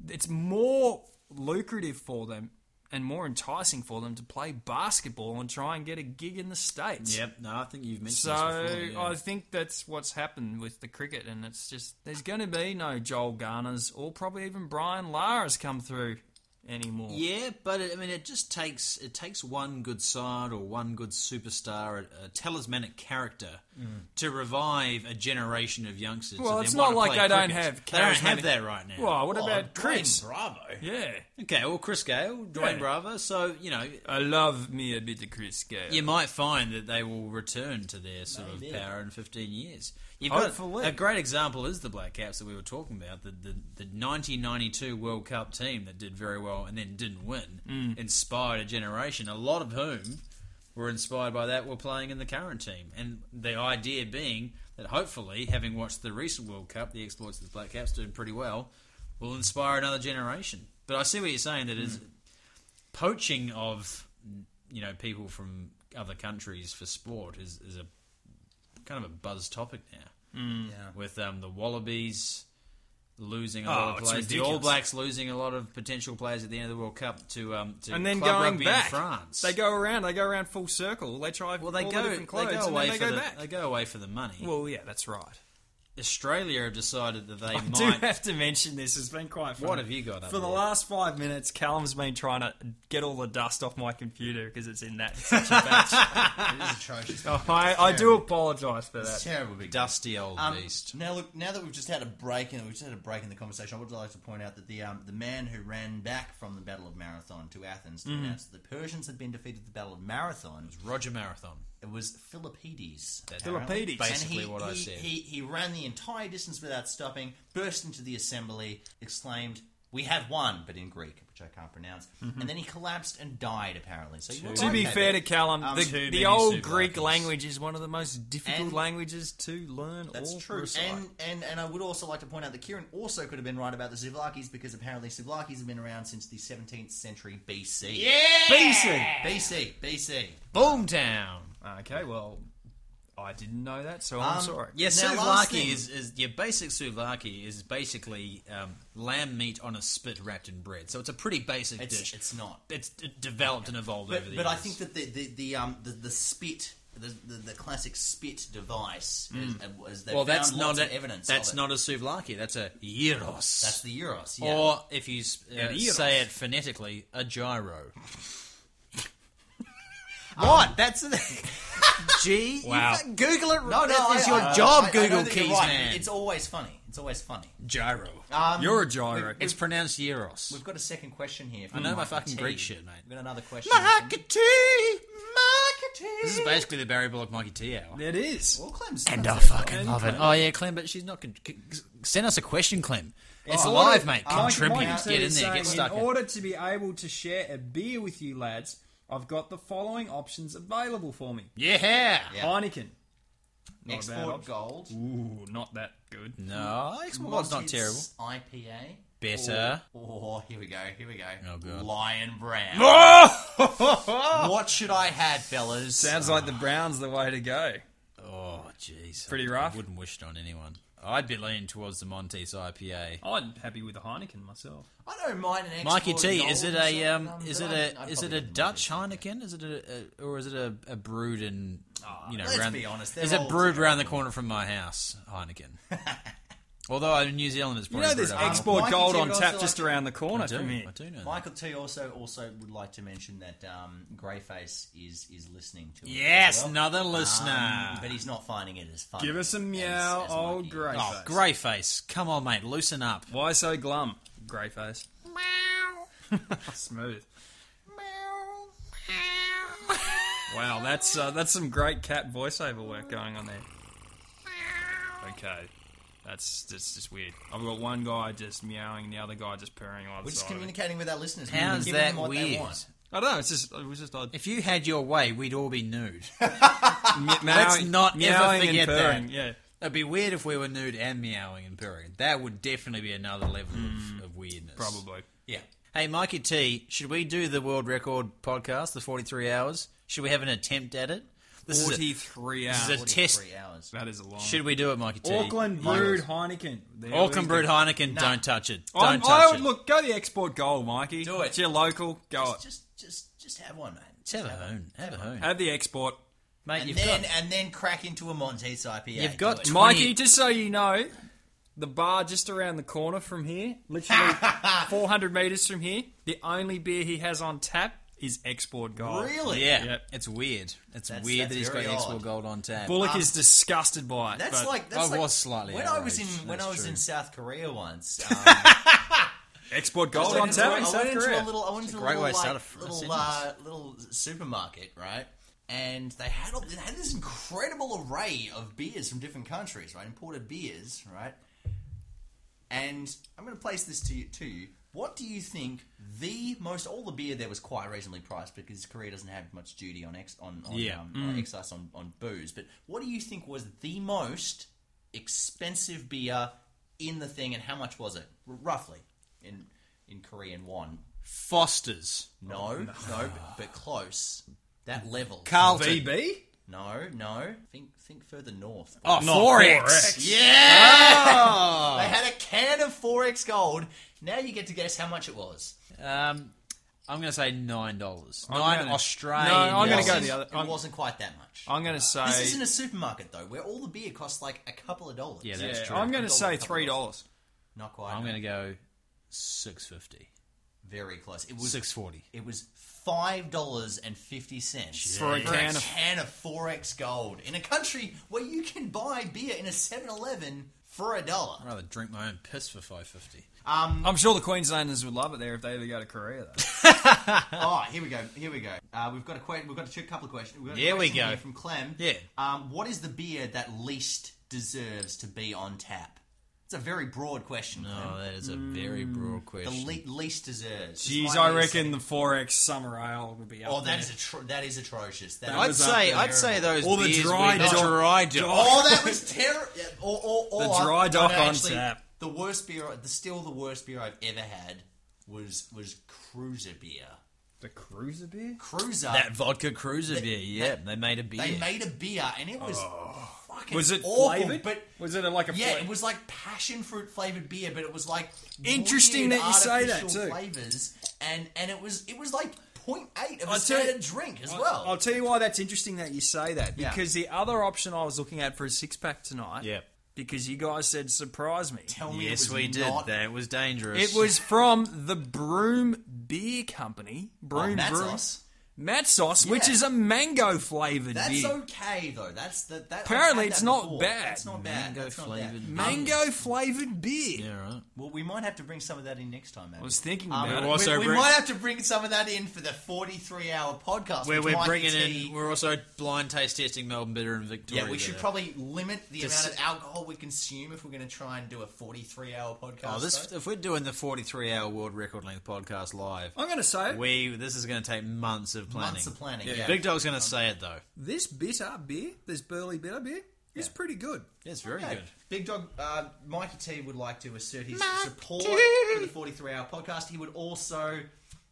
Speaker 1: it's more lucrative for them and more enticing for them to play basketball and try and get a gig in the states.
Speaker 2: yep. No, I think you've mentioned
Speaker 1: So
Speaker 2: this before. yeah.
Speaker 1: I think that's what's happened with the cricket, and it's just there's going to be no Joel Garner's or probably even Brian Lara's come through anymore.
Speaker 2: Yeah, but it, I mean, it just takes it takes one good side or one good superstar, a, a talismanic character, to revive a generation of youngsters.
Speaker 1: Well,
Speaker 2: that
Speaker 1: it's
Speaker 2: then
Speaker 1: not
Speaker 2: wanna
Speaker 1: like
Speaker 2: play
Speaker 1: they don't
Speaker 2: cricket.
Speaker 1: have
Speaker 2: They don't have
Speaker 1: charismatic-
Speaker 2: that right now.
Speaker 1: Well, what
Speaker 3: Oh,
Speaker 1: about
Speaker 3: Dwayne
Speaker 1: Chris?
Speaker 3: Bravo.
Speaker 1: Yeah,
Speaker 2: okay, well, Chris Gale, Dwayne
Speaker 1: Yeah.
Speaker 2: Bravo. So you know,
Speaker 1: I love me a bit of Chris Gale.
Speaker 2: you might find that they will return to their sort of
Speaker 3: Maybe.
Speaker 2: power in 15 years. You've
Speaker 1: Hopefully.
Speaker 2: Got, a great example is the Black Caps that we were talking about, the, the, the 1992 World Cup team that did very well and then didn't win, inspired a generation, a lot of whom were inspired by that were playing in the current team. And the idea being that hopefully, having watched the recent World Cup, the exploits of the Black Caps doing pretty well, will inspire another generation. But I see what you're saying, that is poaching of you know people from other countries for sport is, is a kind of a buzz topic now.
Speaker 1: Mm.
Speaker 3: Yeah.
Speaker 2: With um, the Wallabies losing a
Speaker 1: Oh,
Speaker 2: lot of
Speaker 1: it's
Speaker 2: players, the All
Speaker 1: ridiculous.
Speaker 2: Blacks losing a lot of potential players at the end of the World Cup to um, to
Speaker 1: and then
Speaker 2: club
Speaker 1: going
Speaker 2: rugby
Speaker 1: back,
Speaker 2: in France.
Speaker 1: they go around. They go around full circle. They try
Speaker 2: well, they
Speaker 1: all
Speaker 2: go
Speaker 1: the different
Speaker 2: they
Speaker 1: clothes,
Speaker 2: go away
Speaker 1: and then they
Speaker 2: for
Speaker 1: go
Speaker 2: the,
Speaker 1: back.
Speaker 2: they go away for the money.
Speaker 1: Well, yeah, that's right.
Speaker 2: Australia have decided that they
Speaker 1: I
Speaker 2: might.
Speaker 1: do have to mention this. It's been quite funny.
Speaker 2: What have you got up
Speaker 1: For the
Speaker 2: there?
Speaker 1: last five minutes, Callum's been trying to get all the dust off my computer because it's in that such a batch.
Speaker 3: It is atrocious.
Speaker 1: Oh, I, I do apologise for
Speaker 3: It's
Speaker 1: that.
Speaker 3: terrible big
Speaker 2: Dusty old
Speaker 3: Um,
Speaker 2: beast.
Speaker 3: Now look, now that we've just had a break and we've just had a break in the conversation, I would like to point out that the um, the man who ran back from the Battle of Marathon to Athens to
Speaker 2: Mm-hmm.
Speaker 3: announce that the Persians had been defeated at the Battle of Marathon,
Speaker 2: Roger Marathon.
Speaker 3: it was Philippides.
Speaker 2: That's
Speaker 1: Philippides.
Speaker 3: And
Speaker 2: Basically
Speaker 3: he-
Speaker 2: what I
Speaker 3: he-
Speaker 2: said.
Speaker 3: He, he ran the entire distance without stopping, burst into the assembly, exclaimed, "We have won!" But in Greek, which I can't pronounce, and then he collapsed and died. Apparently, so you were
Speaker 1: To be
Speaker 3: right,
Speaker 1: fair to
Speaker 3: David.
Speaker 1: Callum,
Speaker 3: Um,
Speaker 1: the,
Speaker 3: too
Speaker 1: the
Speaker 2: many
Speaker 1: old
Speaker 2: superlatives.
Speaker 1: Greek language is one of the most difficult
Speaker 3: And-
Speaker 1: languages to learn.
Speaker 3: That's
Speaker 1: or
Speaker 3: true.
Speaker 1: recite.
Speaker 3: And, and and I would also like to point out that Kieran also could have been right about the Zivlakis because apparently Zivlakis have been around since the 17th century BC.
Speaker 1: BC.
Speaker 3: BC, BC.
Speaker 2: Boomtown.
Speaker 1: Okay, well, I didn't know that, so I'm
Speaker 3: Um,
Speaker 1: sorry.
Speaker 2: Yeah,
Speaker 3: Now, last
Speaker 2: souvlaki
Speaker 3: thing-
Speaker 2: is, is your basic souvlaki is basically um, lamb meat on a spit wrapped in bread. So it's a pretty basic
Speaker 3: It's
Speaker 2: dish.
Speaker 3: it's not.
Speaker 2: It's d- developed and evolved
Speaker 3: But
Speaker 2: over the
Speaker 3: but I
Speaker 2: years.
Speaker 3: think that the the, the um the, the spit the, the, the classic spit device is, is they
Speaker 2: Hmm. well, that's
Speaker 3: found
Speaker 2: not
Speaker 3: lots of
Speaker 2: a,
Speaker 3: evidence.
Speaker 2: That's
Speaker 3: of it.
Speaker 2: not a souvlaki. That's a gyros.
Speaker 3: that's the Euros. Yeah.
Speaker 2: Or if you s- uh,
Speaker 1: Gyros.
Speaker 2: say it phonetically, a gyro.
Speaker 3: what? That's the
Speaker 2: G.
Speaker 1: Wow.
Speaker 2: Google it.
Speaker 3: no no.
Speaker 2: that is
Speaker 3: I-
Speaker 2: your
Speaker 3: I-
Speaker 2: job.
Speaker 3: I- I don't
Speaker 2: Google
Speaker 3: think you're
Speaker 2: keys,
Speaker 3: right.
Speaker 2: man.
Speaker 3: It's always funny. It's always funny.
Speaker 2: gyro.
Speaker 1: You're a gyro.
Speaker 2: it's pronounced gyros.
Speaker 3: Um, We've got a second question here.
Speaker 2: I
Speaker 3: from
Speaker 2: know my
Speaker 3: Michael
Speaker 2: fucking
Speaker 3: T.
Speaker 2: Greek shit, mate.
Speaker 3: We've got another question.
Speaker 2: Marketing. This
Speaker 3: Marketing.
Speaker 2: is basically the Barry Bullock Mikey T hour.
Speaker 1: It is.
Speaker 3: Well, Clem's
Speaker 2: And
Speaker 3: that's
Speaker 2: I
Speaker 3: it.
Speaker 2: fucking love it. Oh yeah, Clem, but she's not. Con- c- c- send us a question, Clem. It's
Speaker 1: I
Speaker 2: live,
Speaker 1: wanted-
Speaker 2: mate.
Speaker 1: I like-
Speaker 2: Contribute.
Speaker 1: Mike
Speaker 2: Get
Speaker 1: T
Speaker 2: in
Speaker 1: is
Speaker 2: there.
Speaker 1: saying,
Speaker 2: Get stuck.
Speaker 1: In
Speaker 2: in.
Speaker 1: order to be able to share a beer with you lads, I've got the following options available for me:
Speaker 2: Yeah.
Speaker 3: Yeah.
Speaker 1: Heineken. Not a bad
Speaker 3: Export
Speaker 1: option.
Speaker 3: gold.
Speaker 1: Ooh, not that good.
Speaker 2: No, Xbox not
Speaker 3: Maltese
Speaker 2: terrible.
Speaker 3: IPA.
Speaker 2: Better.
Speaker 3: Oh, here we go. Here we go.
Speaker 2: Oh, God.
Speaker 3: Lion Brown.
Speaker 2: Oh,
Speaker 3: What should I had, fellas?
Speaker 1: Sounds like the Browns the way to go.
Speaker 2: Oh, jeez.
Speaker 1: Pretty
Speaker 2: I
Speaker 1: rough.
Speaker 2: Wouldn't wish it on anyone. I'd be leaning towards the Montes IPA.
Speaker 1: I'm happy with the Heineken myself.
Speaker 3: I don't mind an export
Speaker 2: Mikey T,
Speaker 3: gold
Speaker 2: is it
Speaker 3: or something,
Speaker 2: a um,
Speaker 3: but
Speaker 2: is it
Speaker 3: I'd-
Speaker 2: a
Speaker 3: I'd
Speaker 2: is it
Speaker 3: probably
Speaker 2: a
Speaker 3: go with
Speaker 2: Dutch
Speaker 3: Maltese.
Speaker 2: Heineken? Is it a, a or is it a, a brewed in you know?
Speaker 3: Ah, let's
Speaker 2: round,
Speaker 3: be honest,
Speaker 2: is
Speaker 3: they're
Speaker 2: it
Speaker 3: all
Speaker 2: brewed round the
Speaker 3: terrible.
Speaker 2: corner from my house, Heineken? Although in New Zealand it's
Speaker 1: You
Speaker 2: probably
Speaker 1: know, there's
Speaker 2: brewed over-
Speaker 1: export
Speaker 3: Mike
Speaker 1: gold
Speaker 3: T
Speaker 1: on
Speaker 3: would
Speaker 1: tap
Speaker 3: also
Speaker 1: just
Speaker 3: like-
Speaker 1: around the corner
Speaker 2: I do,
Speaker 1: from here.
Speaker 2: I do know.
Speaker 3: Michael T also also would like to mention that um, Greyface is is listening to it. as
Speaker 2: Yes,
Speaker 3: well.
Speaker 2: another listener.
Speaker 3: Um, but he's not finding it as fun.
Speaker 1: Give us a
Speaker 3: as-
Speaker 1: meow,
Speaker 3: as
Speaker 1: old
Speaker 3: Mikey.
Speaker 1: Grey.
Speaker 2: oh, Greyface. Come on, mate. Loosen up.
Speaker 1: Why so glum? Grey face. Smooth. Wow, that's uh, that's some great cat voiceover work going on there. Okay, that's that's just weird. I've got one guy just meowing, and the other guy just purring either
Speaker 3: We're just
Speaker 1: side. of it.
Speaker 3: communicating with our listeners. We're
Speaker 2: How's
Speaker 3: giving
Speaker 2: that
Speaker 3: them what they
Speaker 2: weird?
Speaker 3: want.
Speaker 1: I don't know. It's just it was just odd.
Speaker 2: If you had your way, we'd all be nude.
Speaker 1: Me-
Speaker 2: Let's
Speaker 1: meowing-
Speaker 2: not ever
Speaker 1: meowing and
Speaker 2: forget
Speaker 1: purring,
Speaker 2: that.
Speaker 1: Yeah.
Speaker 2: It'd be weird if we were nude and meowing and purring. That would definitely be another level
Speaker 3: Hmm.
Speaker 2: of, of weirdness.
Speaker 1: Probably.
Speaker 3: Yeah.
Speaker 2: Hey, Mikey T, should we do the world record podcast, the 43 hours? Should we have an attempt at it? This is a-
Speaker 1: Forty-three
Speaker 2: is a
Speaker 1: hours.
Speaker 2: t- Test-
Speaker 3: Three hours.
Speaker 1: that is a long.
Speaker 2: should we do it, Mikey T?
Speaker 1: Auckland brewed Heineken. There we
Speaker 2: Auckland brewed
Speaker 1: go.
Speaker 2: Heineken. Don't touch it. Don't
Speaker 1: I'm-
Speaker 2: touch
Speaker 1: I would
Speaker 2: it.
Speaker 1: look go the export goal, Mikey.
Speaker 3: Do it.
Speaker 1: It's your local.
Speaker 2: Oh.
Speaker 1: Go it.
Speaker 3: Just just just have one, man.
Speaker 2: Let's have a hoon. Have a hoon,
Speaker 1: Have the export.
Speaker 2: mate.
Speaker 3: and
Speaker 2: you've
Speaker 3: then
Speaker 2: got
Speaker 3: and then crack into a Montes IPA.
Speaker 2: You've got
Speaker 3: Do it.
Speaker 2: tw-
Speaker 1: Mikey, just so you know, the bar just around the corner from here, literally 400 meters from here, the only beer he has on tap is Export Gold.
Speaker 3: really.
Speaker 2: yeah.
Speaker 1: Yep.
Speaker 2: It's weird. It's
Speaker 3: That's-
Speaker 2: weird
Speaker 3: that's
Speaker 2: that he's got
Speaker 3: very
Speaker 2: export
Speaker 3: odd.
Speaker 2: gold on tap.
Speaker 1: Bullock is disgusted by it.
Speaker 3: Um, That's
Speaker 1: but
Speaker 3: like that's
Speaker 2: I
Speaker 3: like
Speaker 2: was slightly
Speaker 3: when I was in
Speaker 2: outraged.
Speaker 3: when
Speaker 2: That's
Speaker 3: I was
Speaker 2: true.
Speaker 3: in South Korea once. Um,
Speaker 1: Export
Speaker 3: I
Speaker 1: Gold
Speaker 3: went
Speaker 1: on
Speaker 3: into-
Speaker 1: tap
Speaker 3: I
Speaker 1: in South
Speaker 3: went into
Speaker 1: Korea.
Speaker 3: a little I went into a
Speaker 2: great
Speaker 3: little,
Speaker 2: way to
Speaker 3: like,
Speaker 2: start a fr-
Speaker 3: little,
Speaker 2: sentence.
Speaker 3: uh, little supermarket, right? And they had all, they had this incredible array of beers from different countries, right? Imported beers, right? And I'm going to place this to you. To you. What do you think the most? All the beer there was quite reasonably priced because Korea doesn't have much duty on ex on, on,
Speaker 2: Yeah.
Speaker 3: um, on excise on, on booze. But what do you think was the most expensive beer in the thing, and how much was it R- roughly in in Korean won?
Speaker 2: Foster's,
Speaker 3: No,
Speaker 1: Oh,
Speaker 3: no, but, but close. That level.
Speaker 2: Carlton.
Speaker 1: VB?
Speaker 3: no, no. Think think further north.
Speaker 2: Oh,
Speaker 1: Not
Speaker 2: 4X.
Speaker 1: 4X.
Speaker 2: Yeah.
Speaker 3: They had a can of 4X Gold. Now you get to guess how much it was.
Speaker 2: Um, I'm going to say nine dollars.
Speaker 1: I'm
Speaker 2: Nine
Speaker 1: gonna-
Speaker 2: Australian.
Speaker 1: No, I'm gonna
Speaker 2: dollars.
Speaker 1: go
Speaker 3: Wasn't-
Speaker 1: the other-
Speaker 3: It
Speaker 1: I'm-
Speaker 3: wasn't quite that much.
Speaker 1: I'm going to say.
Speaker 3: this isn't a supermarket though, where all the beer costs like a couple of dollars.
Speaker 2: Yeah,
Speaker 1: yeah,
Speaker 2: that's true.
Speaker 1: I'm
Speaker 2: I'm,
Speaker 1: going
Speaker 3: A
Speaker 1: to
Speaker 3: dollar,
Speaker 1: say
Speaker 3: couple
Speaker 1: three dollars.
Speaker 3: Not quite.
Speaker 2: going to go six fifty.
Speaker 3: Very close. It was
Speaker 2: Six forty.
Speaker 3: It was five dollars and fifty cents
Speaker 1: For a can of-
Speaker 3: can of Forex Gold in a country where you can buy beer in a 7-Eleven for a dollar.
Speaker 2: I'd rather drink my own piss for five fifty.
Speaker 1: I'm sure the Queenslanders would love it there if they ever go to Korea. Though.
Speaker 3: Oh, here we go. Here we go. Uh, we've got a que- We've got a two- couple of questions. We've got a
Speaker 2: Here we
Speaker 3: question
Speaker 2: go.
Speaker 3: here from Clem.
Speaker 2: Yeah.
Speaker 3: Um, what is the beer that least deserves to be on tap? It's a very broad question.
Speaker 2: Oh, that is a very broad
Speaker 3: Clem.
Speaker 2: question.
Speaker 3: Mm. The le- least deserves.
Speaker 1: Jeez, I reckon the Forex Summer Ale would be up
Speaker 3: Oh, that
Speaker 1: there.
Speaker 3: is atro- that is atrocious. That
Speaker 2: I'd
Speaker 3: was
Speaker 2: say
Speaker 3: up
Speaker 2: I'd
Speaker 3: there.
Speaker 2: say those
Speaker 1: Or the
Speaker 2: beers
Speaker 1: dry
Speaker 2: with the
Speaker 1: dock.
Speaker 2: dry dock.
Speaker 3: Oh, that was terrible. Or, or, or,
Speaker 1: The dry dock
Speaker 3: no,
Speaker 1: on
Speaker 3: actually,
Speaker 1: tap.
Speaker 3: The worst beer, the still the worst beer I've ever had was was cruiser beer.
Speaker 1: the cruiser beer.
Speaker 3: Cruiser.
Speaker 2: That vodka cruiser beer, yeah, they made a beer.
Speaker 3: they made a beer and it was fucking
Speaker 1: Oh. Was it
Speaker 3: awful,
Speaker 1: flavored?
Speaker 3: But
Speaker 1: was it like a
Speaker 3: yeah,
Speaker 1: fla-
Speaker 3: it was like passion fruit flavored beer, but it was like
Speaker 1: Interesting
Speaker 3: weird
Speaker 1: that you say that,
Speaker 3: artificial
Speaker 1: too.
Speaker 3: Flavors and and it was it was like 0.8 of a
Speaker 1: I'll tell you-
Speaker 3: standard drink as
Speaker 1: I-
Speaker 3: well.
Speaker 1: I'll tell you why that's interesting that you say that
Speaker 3: Yeah.
Speaker 1: because the other option I was looking at for a six pack tonight.
Speaker 2: Yep.
Speaker 1: Because you guys said surprise me.
Speaker 3: tell me it
Speaker 2: yes,
Speaker 3: was
Speaker 2: we did.
Speaker 3: Not
Speaker 2: That was dangerous.
Speaker 1: It was from the Broom Beer Company. Broom
Speaker 3: Matt's
Speaker 1: Brew-
Speaker 3: Sauce.
Speaker 1: Matt Sauce, which
Speaker 3: Yeah.
Speaker 1: is a mango flavored
Speaker 3: That's
Speaker 1: beer.
Speaker 3: okay though. That's the, that.
Speaker 1: Apparently
Speaker 3: I've had
Speaker 1: it's
Speaker 3: that
Speaker 1: not
Speaker 3: before.
Speaker 1: bad.
Speaker 3: That's not bad.
Speaker 2: Mango
Speaker 3: That's not
Speaker 2: flavoured
Speaker 3: bad.
Speaker 2: beer.
Speaker 1: mango flavored beer.
Speaker 2: yeah, right.
Speaker 3: Well, we might have to bring some of that in next time. Maybe.
Speaker 1: I was thinking
Speaker 3: Um,
Speaker 1: about
Speaker 2: we
Speaker 1: it.
Speaker 2: also
Speaker 3: we, we
Speaker 2: bring-
Speaker 3: might have to bring some of that in for the forty-three hour podcast.
Speaker 2: Where
Speaker 3: which
Speaker 2: we're
Speaker 3: might
Speaker 2: bringing
Speaker 3: be-
Speaker 2: in, we're also blind taste testing Melbourne Bitter and Victoria.
Speaker 3: Yeah, we should
Speaker 2: Bitter.
Speaker 3: probably limit the
Speaker 2: Just-
Speaker 3: amount of alcohol we consume if we're going to try and do a forty-three hour podcast.
Speaker 2: Oh, this
Speaker 3: though.
Speaker 2: if we're doing the 43 hour world record length podcast live,
Speaker 1: I'm going to say it.
Speaker 2: we this is going to take months of planning.
Speaker 3: months of planning. Yeah,
Speaker 2: Big Dog's going to say it though.
Speaker 1: this bitter beer, this burley bitter beer, is pretty good.
Speaker 2: It's very
Speaker 3: Okay.
Speaker 2: good.
Speaker 3: Big Dog uh, Mikey T would like to assert his support for the 43 Hour Podcast. He would also,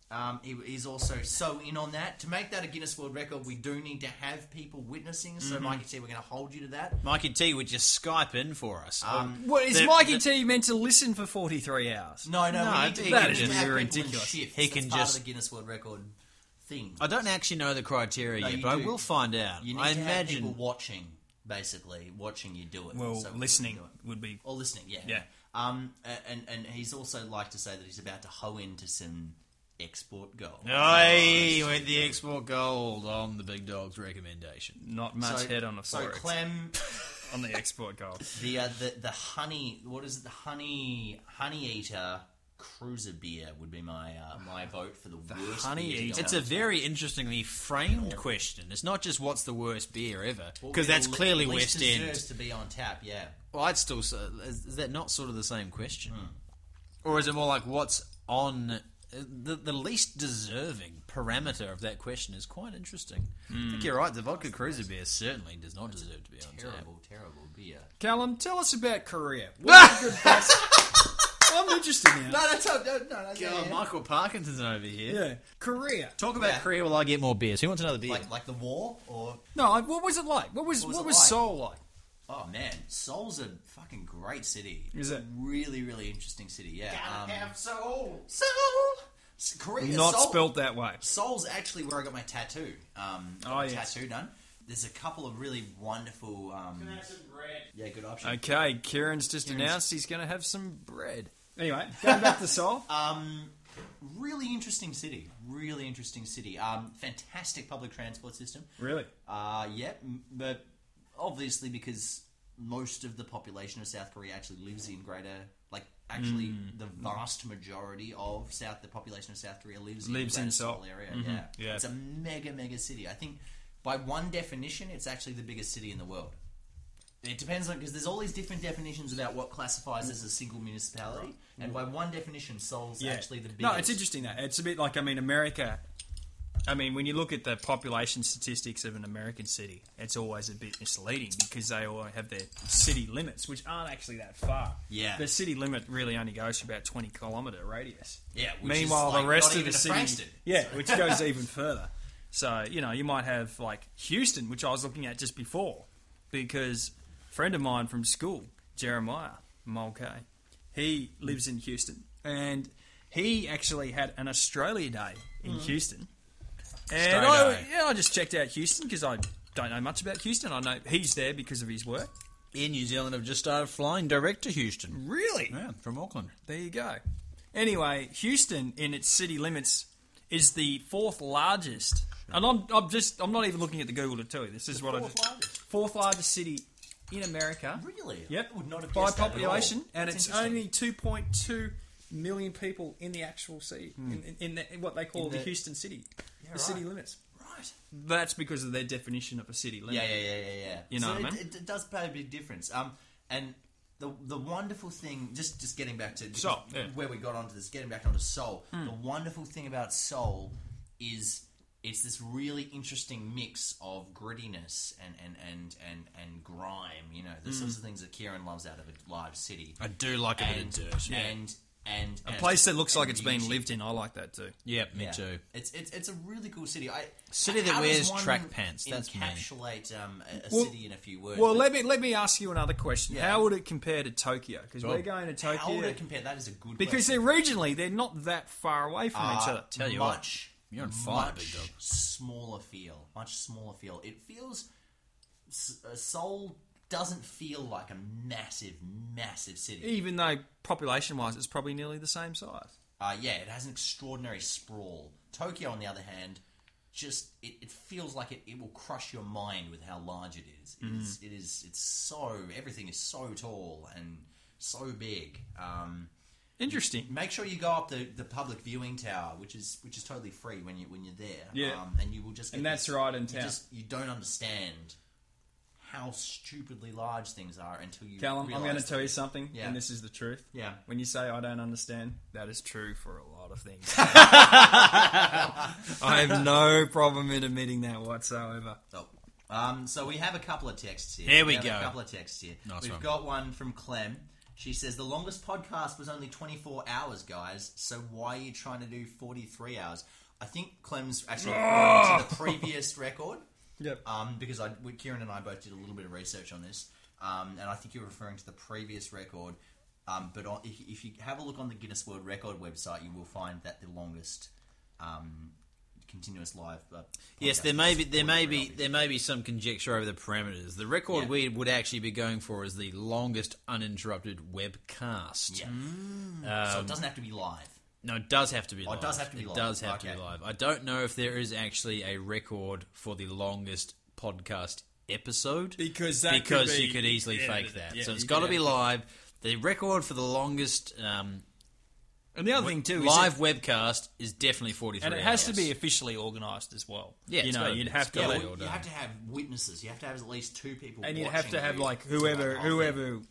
Speaker 3: um, he is also so in on that. To make that a Guinness World Record, we do need to have people witnessing. So,
Speaker 2: Mm-hmm.
Speaker 3: Mikey T, we're going to hold you to that.
Speaker 2: Mikey T would just Skype in for us. Um,
Speaker 1: What is
Speaker 2: The-
Speaker 1: Mikey
Speaker 2: the-
Speaker 1: T meant to listen for 43 hours?
Speaker 3: No, no,
Speaker 2: No,
Speaker 3: we need to,
Speaker 2: he
Speaker 3: we
Speaker 2: can
Speaker 3: need to
Speaker 2: just-
Speaker 3: have people in
Speaker 1: ridiculous.
Speaker 3: shifts.
Speaker 2: He
Speaker 3: That's
Speaker 2: can
Speaker 3: part
Speaker 2: just-
Speaker 3: of the Guinness World Record thing.
Speaker 2: I don't actually know the criteria
Speaker 3: No,
Speaker 2: yet,
Speaker 3: you
Speaker 2: but I
Speaker 3: do.
Speaker 2: will find out.
Speaker 3: You need
Speaker 2: I
Speaker 3: to have people
Speaker 2: imagine.
Speaker 3: watching, basically watching you do it.
Speaker 1: Well,
Speaker 3: So we
Speaker 1: listening
Speaker 3: do it.
Speaker 1: would be.
Speaker 3: Or listening, yeah.
Speaker 1: Yeah.
Speaker 3: Um, a- and and he's also like to say that he's about to hoe into some export gold.
Speaker 2: I went the export gold on the Big Dog's recommendation.
Speaker 1: Not much head on a
Speaker 3: so
Speaker 1: fork
Speaker 3: Clem,
Speaker 1: on the export goal.
Speaker 3: the, uh, the the honey, what is it? The honey honey eater cruiser beer would be my uh, my vote for the, worst.
Speaker 1: honey
Speaker 3: beer to go
Speaker 1: eater.
Speaker 3: on.
Speaker 2: It's a very interestingly framed question. It's not just what's the worst beer ever,
Speaker 3: What
Speaker 2: because
Speaker 3: would be
Speaker 2: that's
Speaker 3: the le-
Speaker 2: clearly
Speaker 3: least
Speaker 2: West End.
Speaker 3: deserves to be on tap. Yeah,
Speaker 2: Well, I'd still say, is, is that not sort of the same question? Or is it more like what's on uh, the, the least deserving parameter of that question is quite interesting. I think you're right. The vodka cruiser beer certainly does not deserve to be on tap.
Speaker 3: terrible, terrible beer.
Speaker 1: Callum, tell us about Korea. What's a good place? I'm interested now.
Speaker 3: that's no, no, no,
Speaker 2: God, Michael Parkinson's over here.
Speaker 1: Yeah, Korea.
Speaker 2: Talk about
Speaker 3: Yeah.
Speaker 2: Korea while I get more beers. Who wants another beer?
Speaker 3: Like like the war or
Speaker 1: No, I- what was it like? What was what
Speaker 3: was
Speaker 1: was,
Speaker 3: it like?
Speaker 1: Seoul like?
Speaker 3: Oh man, Seoul's a fucking great city.
Speaker 1: Is it?
Speaker 3: Really, really interesting city. Yeah. um,
Speaker 2: Seoul.
Speaker 3: Seoul, S- Korea.
Speaker 1: Not
Speaker 3: Seoul.
Speaker 1: spelt that way.
Speaker 3: Seoul's actually where I got my tattoo. Um, got
Speaker 1: Oh,
Speaker 3: my
Speaker 1: yes.
Speaker 3: tattoo done. There's a couple of really wonderful. Um, yeah, good option.
Speaker 1: Okay, Kieran's just announced he's going to have some bread. Anyway, going back to Seoul.
Speaker 3: Uh, Really interesting city. Really interesting city. Um, fantastic public transport system.
Speaker 1: really?
Speaker 3: Uh, yeah, m- but obviously because most of the population of South Korea actually lives in greater, like actually
Speaker 1: Hmm.
Speaker 3: the vast majority of South the population of South Korea lives in
Speaker 1: Lives
Speaker 3: the
Speaker 1: in
Speaker 3: greater
Speaker 1: Seoul. Mm-hmm.
Speaker 3: Seoul area. Yeah.
Speaker 1: Yeah.
Speaker 3: it's a mega mega city. I think by one definition, it's actually the biggest city in the world. It depends on because there's all these different definitions about what classifies as a single municipality, and by one definition, Seoul's actually the biggest.
Speaker 1: No, it's interesting that it's a bit like I mean America. I mean, when you look at the population statistics of an American city, it's always a bit misleading because they all have their city limits, which aren't actually that far.
Speaker 3: Yeah.
Speaker 1: the city limit really only goes to about twenty kilometre radius.
Speaker 3: Yeah, which is
Speaker 1: Meanwhile,
Speaker 3: like
Speaker 1: the rest
Speaker 3: not
Speaker 1: of
Speaker 3: even
Speaker 1: the
Speaker 3: to
Speaker 1: city,
Speaker 3: Frankston.
Speaker 1: yeah, which goes even further. So you know, you might have like Houston, which I was looking at just before, because a friend of mine from school, Jeremiah Mulcahy, he lives in Houston, and he actually had an Australia Day
Speaker 3: Mm-hmm.
Speaker 1: in Houston. And
Speaker 2: Australia
Speaker 1: I,
Speaker 2: Day.
Speaker 1: yeah, I just checked out Houston because I don't know much about Houston. I know he's there because of his work.
Speaker 2: Air New Zealand have just started flying direct to Houston.
Speaker 1: Really?
Speaker 2: Yeah, from Auckland.
Speaker 1: There you go. Anyway, Houston in its city limits is the fourth largest. And I'm, I'm just I'm not even looking at the Google to tell you this is what
Speaker 3: fourth
Speaker 1: I just,
Speaker 3: largest?
Speaker 1: fourth largest city in America.
Speaker 3: Really?
Speaker 1: Yep.
Speaker 3: I would not have
Speaker 1: by
Speaker 3: guessed that at all.
Speaker 1: population, and
Speaker 3: That's
Speaker 1: it's
Speaker 3: interesting.
Speaker 1: only 2.2 million people in the actual city in, in, in, the, in what they call
Speaker 3: Hmm. In
Speaker 1: the,
Speaker 3: the-
Speaker 1: Houston city, the
Speaker 3: right.
Speaker 1: city limits.
Speaker 3: Right.
Speaker 1: That's because of their definition of a city limit.
Speaker 3: Yeah, yeah, yeah, yeah, yeah.
Speaker 1: You know
Speaker 3: so
Speaker 1: what I
Speaker 3: it,
Speaker 1: mean?
Speaker 3: it, it does play a big difference. Um, and the the wonderful thing, just just getting back to because
Speaker 1: Soul, yeah. Hmm.
Speaker 3: where we got onto this, getting back onto soul. The wonderful thing about soul is it's this really interesting mix of grittiness and and and and, and grime. You know, the
Speaker 1: Hmm.
Speaker 3: sorts of things that Kieran loves out of a live city.
Speaker 2: I do like a
Speaker 3: and,
Speaker 2: bit of dirt.
Speaker 3: and and
Speaker 1: A place that looks
Speaker 3: and
Speaker 1: like it's been
Speaker 3: beauty.
Speaker 1: lived in. I like that too.
Speaker 2: Yeah, me
Speaker 3: Yeah.
Speaker 2: too.
Speaker 3: It's, it's it's a really cool city. I,
Speaker 2: City that
Speaker 3: how does
Speaker 2: wears
Speaker 3: one
Speaker 2: track pants, that's me.
Speaker 3: encapsulate um, a, a
Speaker 1: Well-
Speaker 3: city in a few words.
Speaker 1: Well,
Speaker 3: But
Speaker 1: let me let me ask you another question.
Speaker 3: Yeah.
Speaker 1: How would it compare to Tokyo? Because
Speaker 2: Well,
Speaker 1: we're going to
Speaker 3: how would
Speaker 1: Tokyo
Speaker 3: it compare? That is a good
Speaker 1: because they're
Speaker 3: question.
Speaker 1: regionally they're not that far away from each
Speaker 3: Uh,
Speaker 1: other.
Speaker 2: Ah, tell you what.
Speaker 3: much
Speaker 2: You're on fire,
Speaker 3: much
Speaker 2: big dog.
Speaker 3: smaller feel, much smaller feel. It feels S- uh, Seoul doesn't feel like a massive, massive city.
Speaker 1: Even though population wise, it's probably nearly the same size.
Speaker 3: Uh, yeah, it has an extraordinary sprawl. Tokyo, on the other hand, just it, it feels like it, it will crush your mind with how large it is. It is
Speaker 1: Mm.
Speaker 3: it is it's so everything is so tall and so big. Um,
Speaker 1: Interesting.
Speaker 3: make sure you go up the, the public viewing tower, which is which is totally free when you when you're there.
Speaker 1: Yeah.
Speaker 3: um, and you will just get
Speaker 1: And that's
Speaker 3: this-
Speaker 1: right in
Speaker 3: You
Speaker 1: town.
Speaker 3: just you don't understand how stupidly large things are until you.
Speaker 1: Callum, I'm going to
Speaker 3: realise
Speaker 1: tell
Speaker 3: that-
Speaker 1: you something,
Speaker 3: Yeah.
Speaker 1: and this is the truth.
Speaker 3: Yeah.
Speaker 1: When you say I don't understand, that is true for a lot of things. I have no problem in admitting that whatsoever.
Speaker 3: Oh. Um, so we have a couple of texts here.
Speaker 2: Here we
Speaker 3: have
Speaker 2: go.
Speaker 3: A couple of texts here.
Speaker 2: Nice
Speaker 3: We've
Speaker 2: one.
Speaker 3: got one from Clem. She says the longest podcast was only 24 hours, guys. So why are you trying to do 43 hours? I think Clem's actually referring to the previous record.
Speaker 1: Yep.
Speaker 3: Um, because I, we- Kieran and I both did a little bit of research on this, um, and I think you're referring to the previous record. Um, but on, if, if you have a look on the Guinness World Record website, you will find that the longest um, continuous live. Uh,
Speaker 2: Yes,
Speaker 3: podcast
Speaker 2: there may
Speaker 3: was
Speaker 2: be there may
Speaker 3: 43
Speaker 2: be
Speaker 3: hours.
Speaker 2: there may be some conjecture over the parameters. The record
Speaker 3: Yeah.
Speaker 2: we would actually be going for is the longest uninterrupted webcast.
Speaker 3: Yeah. so
Speaker 1: Um,
Speaker 3: it doesn't have to be live.
Speaker 2: No, it does have to be.
Speaker 3: Oh, it
Speaker 2: live.
Speaker 3: does have to be
Speaker 2: It
Speaker 3: live.
Speaker 2: does have to be
Speaker 3: Okay.
Speaker 2: live. I don't know if there is actually a record for the longest podcast episode
Speaker 1: Because that could
Speaker 2: because
Speaker 1: be
Speaker 2: you could easily
Speaker 1: edited.
Speaker 2: fake that.
Speaker 1: Yeah,
Speaker 2: so it's
Speaker 1: you
Speaker 2: got to
Speaker 1: could
Speaker 2: be
Speaker 1: edit.
Speaker 2: live. The record for the longest um,
Speaker 1: And the other thing too, is
Speaker 2: live
Speaker 1: it-
Speaker 2: webcast is definitely forty three.
Speaker 1: and it has to be officially organised as well.
Speaker 2: Yeah,
Speaker 1: you
Speaker 2: it's
Speaker 1: know,
Speaker 2: gotta be.
Speaker 1: you'd
Speaker 2: It's
Speaker 1: have to
Speaker 2: gotta
Speaker 1: let
Speaker 2: be all
Speaker 3: you
Speaker 2: done.
Speaker 3: have to have witnesses. You have to have at least two people,
Speaker 1: and you'd have
Speaker 3: watching
Speaker 1: to have
Speaker 3: you
Speaker 1: like
Speaker 3: throughout the
Speaker 1: whoever
Speaker 3: whole thing.
Speaker 1: whoever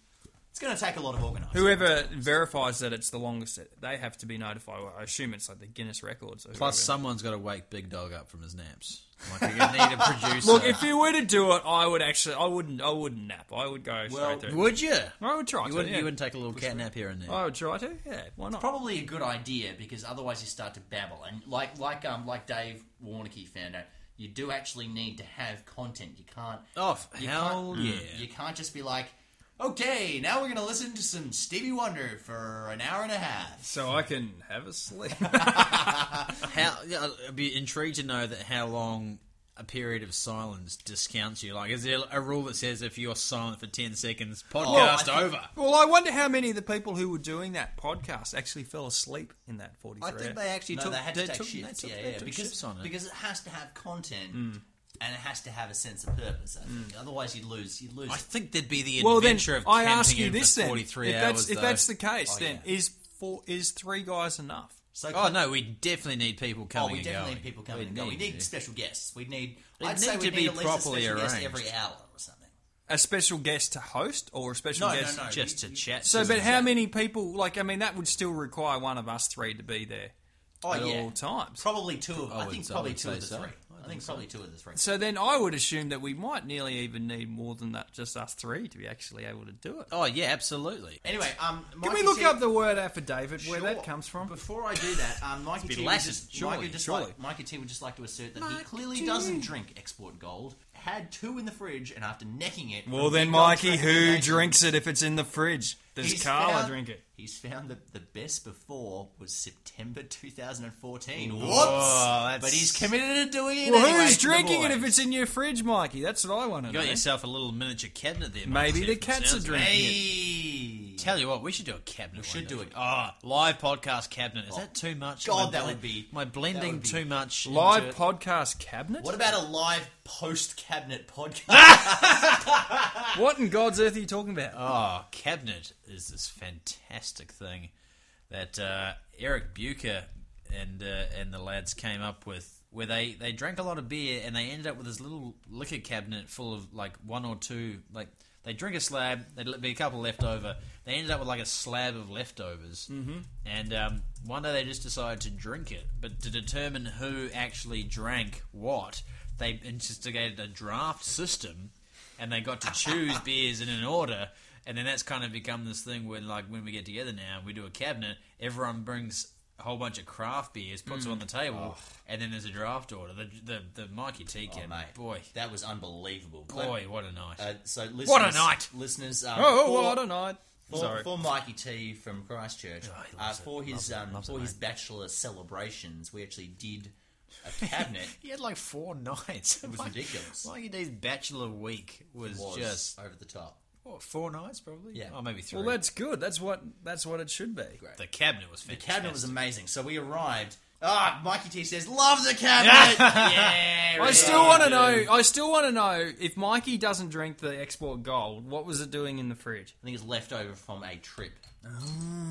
Speaker 3: It's going to take a lot of organising.
Speaker 1: whoever verifies that it's the longest they have to be notified well, i assume it's like the guinness records or whoever.
Speaker 2: Plus, someone's got to wake Big Dog up from his naps. Like you're gonna need a producer.
Speaker 1: look if you were to do it i would actually i wouldn't i wouldn't nap i would go
Speaker 3: Well,
Speaker 1: straight through
Speaker 2: would you?
Speaker 1: i would try
Speaker 2: You
Speaker 1: to
Speaker 2: wouldn't,
Speaker 1: yeah.
Speaker 2: you wouldn't take a little cat nap here and there.
Speaker 1: i would try to yeah why not
Speaker 3: Probably a good idea because otherwise you start to babble and like like um like Dave Warnicky found out. You do actually need to have content. You can't.
Speaker 2: Oh, f-
Speaker 3: you
Speaker 2: hell
Speaker 3: can't,
Speaker 2: yeah.
Speaker 3: You can't just be like, okay, now we're going to listen to some Stevie Wonder for an hour and a half.
Speaker 1: so i can have a sleep
Speaker 2: How yeah, I'd be intrigued to know that how long a period of silence discounts you. Like, is there a rule that says if you're silent for ten seconds,
Speaker 3: I
Speaker 2: podcast
Speaker 3: think-
Speaker 2: over?
Speaker 1: well i wonder how many of the people who were doing that podcast actually fell asleep in that 43
Speaker 2: I think they actually
Speaker 3: No,
Speaker 2: took
Speaker 3: they had to take
Speaker 2: took,
Speaker 3: shifts.
Speaker 2: They took,
Speaker 3: yeah,
Speaker 2: they
Speaker 3: yeah,
Speaker 2: took
Speaker 3: because
Speaker 2: shifts on it.
Speaker 3: because it has to have content
Speaker 2: Hmm.
Speaker 3: and it has to have a sense of purpose. I think. Otherwise, you lose. You lose.
Speaker 2: I think there'd be the
Speaker 1: well then
Speaker 2: adventure of
Speaker 1: i
Speaker 2: camping
Speaker 1: ask you
Speaker 2: in
Speaker 1: this
Speaker 2: for
Speaker 1: then
Speaker 2: forty
Speaker 1: if
Speaker 2: three
Speaker 1: that's,
Speaker 2: hours.
Speaker 1: if
Speaker 2: though.
Speaker 1: that's the case
Speaker 3: Oh,
Speaker 1: then
Speaker 3: yeah.
Speaker 1: is four is three guys enough
Speaker 3: so
Speaker 2: oh no, we definitely need people
Speaker 3: Oh,
Speaker 2: coming.
Speaker 3: we
Speaker 2: and
Speaker 3: definitely
Speaker 2: going.
Speaker 3: need people coming
Speaker 2: We
Speaker 3: and going. We
Speaker 2: need
Speaker 3: need
Speaker 2: to.
Speaker 3: special guests. We need.
Speaker 2: They
Speaker 3: I'd say
Speaker 2: need to
Speaker 3: we need
Speaker 2: be
Speaker 3: at least a
Speaker 2: properly
Speaker 3: special guest
Speaker 2: arranged.
Speaker 3: every hour or something.
Speaker 1: a special guest to host or a special
Speaker 3: No, no,
Speaker 1: guest
Speaker 3: no.
Speaker 2: just to chat.
Speaker 1: So,
Speaker 2: to
Speaker 1: but
Speaker 2: them.
Speaker 1: how many people? Like, I mean, that would still require one of us three to be there
Speaker 3: Oh
Speaker 1: at
Speaker 3: yeah,
Speaker 1: all times.
Speaker 3: probably two of. I,
Speaker 2: would-
Speaker 3: think
Speaker 2: I
Speaker 3: probably
Speaker 2: would
Speaker 3: two of
Speaker 2: say
Speaker 3: the
Speaker 2: so.
Speaker 3: three.
Speaker 2: I
Speaker 3: I think probably two of the three.
Speaker 1: So then, I would assume that we might nearly even need more than that, just us three, to be actually able to do it.
Speaker 2: Oh yeah, absolutely.
Speaker 3: Anyway, um,
Speaker 1: Can we
Speaker 3: Mikey
Speaker 1: look
Speaker 3: T-
Speaker 1: up the word affidavit, where
Speaker 3: Sure.
Speaker 1: that comes from?
Speaker 3: Before I do that, um, Mikey
Speaker 2: been
Speaker 3: T would
Speaker 2: Latin,
Speaker 3: just,
Speaker 2: surely,
Speaker 3: Mikey, would just
Speaker 2: surely.
Speaker 3: Like, Mikey T would just like to assert that he
Speaker 2: Mikey
Speaker 3: clearly
Speaker 2: T.
Speaker 3: doesn't drink export gold. had two in the fridge, and after necking it,
Speaker 1: Well,
Speaker 3: from
Speaker 1: then,
Speaker 3: Big Dog's
Speaker 1: Mikey, who
Speaker 3: recommendation,
Speaker 1: drinks it if it's in the fridge? Does
Speaker 3: he's
Speaker 1: Carla
Speaker 3: found-
Speaker 1: drink it?
Speaker 3: He's found that the best before was September 2014. Whoops!
Speaker 2: that's-
Speaker 3: But he's committed to doing it.
Speaker 1: Well,
Speaker 3: anyway
Speaker 1: who's
Speaker 3: for the
Speaker 1: drinking it
Speaker 3: boy.
Speaker 1: if it's in your fridge, Mikey? That's what I want to
Speaker 2: You got
Speaker 1: know.
Speaker 2: yourself a little miniature cabinet there.
Speaker 1: Maybe
Speaker 2: Mark,
Speaker 1: the
Speaker 2: it
Speaker 1: cats are
Speaker 2: sounds like.
Speaker 1: drinking it.
Speaker 3: Hey!
Speaker 2: Tell you what, we should do a cabinet. We
Speaker 3: should do it.
Speaker 2: Oh, live podcast cabinet. Is that too much?
Speaker 3: God,
Speaker 2: My
Speaker 3: that
Speaker 2: blen-
Speaker 3: would be-
Speaker 2: my
Speaker 3: that
Speaker 2: blending
Speaker 3: would be-
Speaker 2: too much.
Speaker 1: Live
Speaker 2: into it?
Speaker 1: podcast cabinet?
Speaker 3: What
Speaker 1: What,
Speaker 3: about a live post cabinet
Speaker 1: Ah!
Speaker 3: podcast?
Speaker 1: in God's earth are you talking about?
Speaker 3: Uh,
Speaker 2: Oh, cabinet is this fantastic thing that uh, Eric Bucher and uh, and the lads came up with, where they they drank a lot of beer and they ended up with this little liquor cabinet full of like one or two like. They drink a slab. There'd be a couple left over. They ended up with like a slab of leftovers, mm-hmm. and um, one day they just decided to drink it. But to determine who actually drank what, they instigated a draft system and they got to choose beers in an order. And then that's kind of become this thing where, like, when we get together now, we do a cabinet. Everyone brings a whole bunch of craft beers, puts them on the table, and then there's a draft order. The the, the Mikey T
Speaker 3: Mm. Oh,
Speaker 2: cabinet,
Speaker 3: mate,
Speaker 2: boy,
Speaker 3: that was unbelievable.
Speaker 2: boy, what a night!
Speaker 3: Uh, so listeners,
Speaker 2: What a night.
Speaker 3: listeners. Um,
Speaker 1: oh,
Speaker 3: for-
Speaker 1: well, I don't know.
Speaker 3: For,
Speaker 1: Sorry.
Speaker 3: for Mikey T from Christchurch,
Speaker 2: Oh, he
Speaker 3: uh,
Speaker 2: loves it.
Speaker 3: for his
Speaker 2: Loves it.
Speaker 3: um,
Speaker 2: Loves it,
Speaker 3: for his
Speaker 2: mate.
Speaker 3: bachelor celebrations, we actually did a cabinet.
Speaker 2: he had like four nights. It
Speaker 3: was ridiculous.
Speaker 2: Mikey D's bachelor week was,
Speaker 3: was
Speaker 2: just
Speaker 3: over the top.
Speaker 2: what, four nights, probably.
Speaker 3: Yeah.
Speaker 2: oh, maybe three.
Speaker 1: Well, that's good. That's what that's what it should be.
Speaker 2: the cabinet was
Speaker 3: The
Speaker 2: fantastic.
Speaker 3: cabinet was amazing. So we arrived. Ah, Mikey T says, "Love the cabinet." yeah,
Speaker 1: I
Speaker 3: right.
Speaker 1: still want to know. I still want to know if Mikey doesn't drink the export gold, what was it doing in the fridge?
Speaker 3: I think it's leftover from a trip.
Speaker 2: Ah.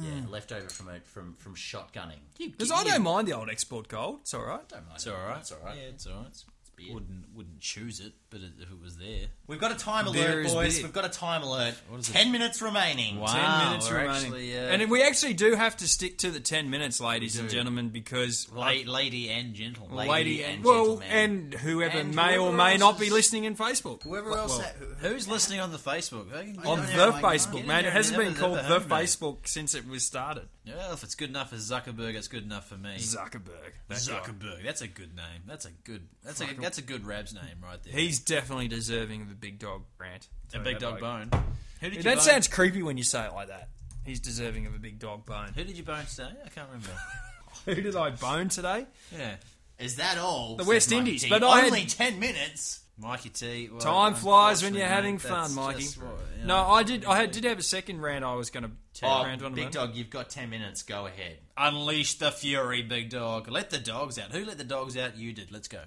Speaker 3: Yeah, leftover from a, from from shotgunning. You
Speaker 1: Because I don't mind the old export gold. It's all right.
Speaker 3: don't mind.
Speaker 2: It's all right.
Speaker 3: It's all right.
Speaker 2: Yeah, it's all right.
Speaker 3: beer.
Speaker 2: Wouldn't wouldn't choose it, but it, if it was there,
Speaker 3: We've got a time
Speaker 1: Beer
Speaker 3: alert,
Speaker 1: is
Speaker 3: boys.
Speaker 1: big.
Speaker 3: We've got a time alert.
Speaker 2: What is it?
Speaker 3: Ten minutes remaining.
Speaker 2: Wow.
Speaker 1: Ten
Speaker 2: Ah,
Speaker 1: minutes
Speaker 2: we're
Speaker 1: remaining,
Speaker 2: actually, uh,
Speaker 1: and we actually do have to stick to the ten minutes, ladies and gentlemen, because
Speaker 2: late lady and gentleman.
Speaker 1: lady,
Speaker 3: lady
Speaker 1: and
Speaker 3: and
Speaker 1: well,
Speaker 3: gentlemen.
Speaker 1: and whoever
Speaker 3: And
Speaker 1: may or
Speaker 3: whoever
Speaker 1: may
Speaker 3: else
Speaker 1: not be
Speaker 3: is-
Speaker 1: listening in Facebook,
Speaker 3: Whoever
Speaker 1: Well, well,
Speaker 3: else that- who-
Speaker 2: Who's listening on the Facebook? They can-
Speaker 1: on
Speaker 2: Yeah,
Speaker 1: the
Speaker 2: like,
Speaker 1: Facebook,
Speaker 2: get
Speaker 1: man,
Speaker 2: in
Speaker 1: it
Speaker 2: there
Speaker 1: hasn't
Speaker 2: and
Speaker 1: been
Speaker 2: have a-
Speaker 1: called
Speaker 2: have a
Speaker 1: the
Speaker 2: home, mate.
Speaker 1: Facebook since it was started.
Speaker 2: Well, if it's good enough for Zuckerberg, it's good enough for me.
Speaker 1: Zuckerberg, that guy.
Speaker 2: Zuckerberg. That's a good name. That's a good. That's a that's a good Rab's name right there.
Speaker 1: He's definitely deserving of a big dog grant.
Speaker 2: a big dog bone. Who did you
Speaker 1: That
Speaker 2: bone?
Speaker 1: sounds creepy when you say it like that. He's deserving of a big dog bone.
Speaker 2: Who did you bone today? I can't remember.
Speaker 1: Who did I bone today?
Speaker 2: yeah,
Speaker 3: Is that all?
Speaker 1: The
Speaker 3: says
Speaker 1: West
Speaker 3: Mikey
Speaker 1: Indies,
Speaker 3: T.
Speaker 1: but I
Speaker 3: only
Speaker 1: had-
Speaker 3: ten minutes.
Speaker 2: Mikey T. well, uh,
Speaker 1: Time flies when you're having
Speaker 2: unfortunately,
Speaker 1: fun,
Speaker 2: that's
Speaker 1: Mikey.
Speaker 2: just what, you
Speaker 1: No,
Speaker 2: know,
Speaker 1: I did. I had, did have a second round. I was going to
Speaker 3: Oh,
Speaker 1: round on a
Speaker 3: big
Speaker 1: moment.
Speaker 3: dog, you've got ten minutes. Go ahead.
Speaker 2: Unleash the fury, big dog. Let the dogs out. Who let the dogs out? You did. Let's go.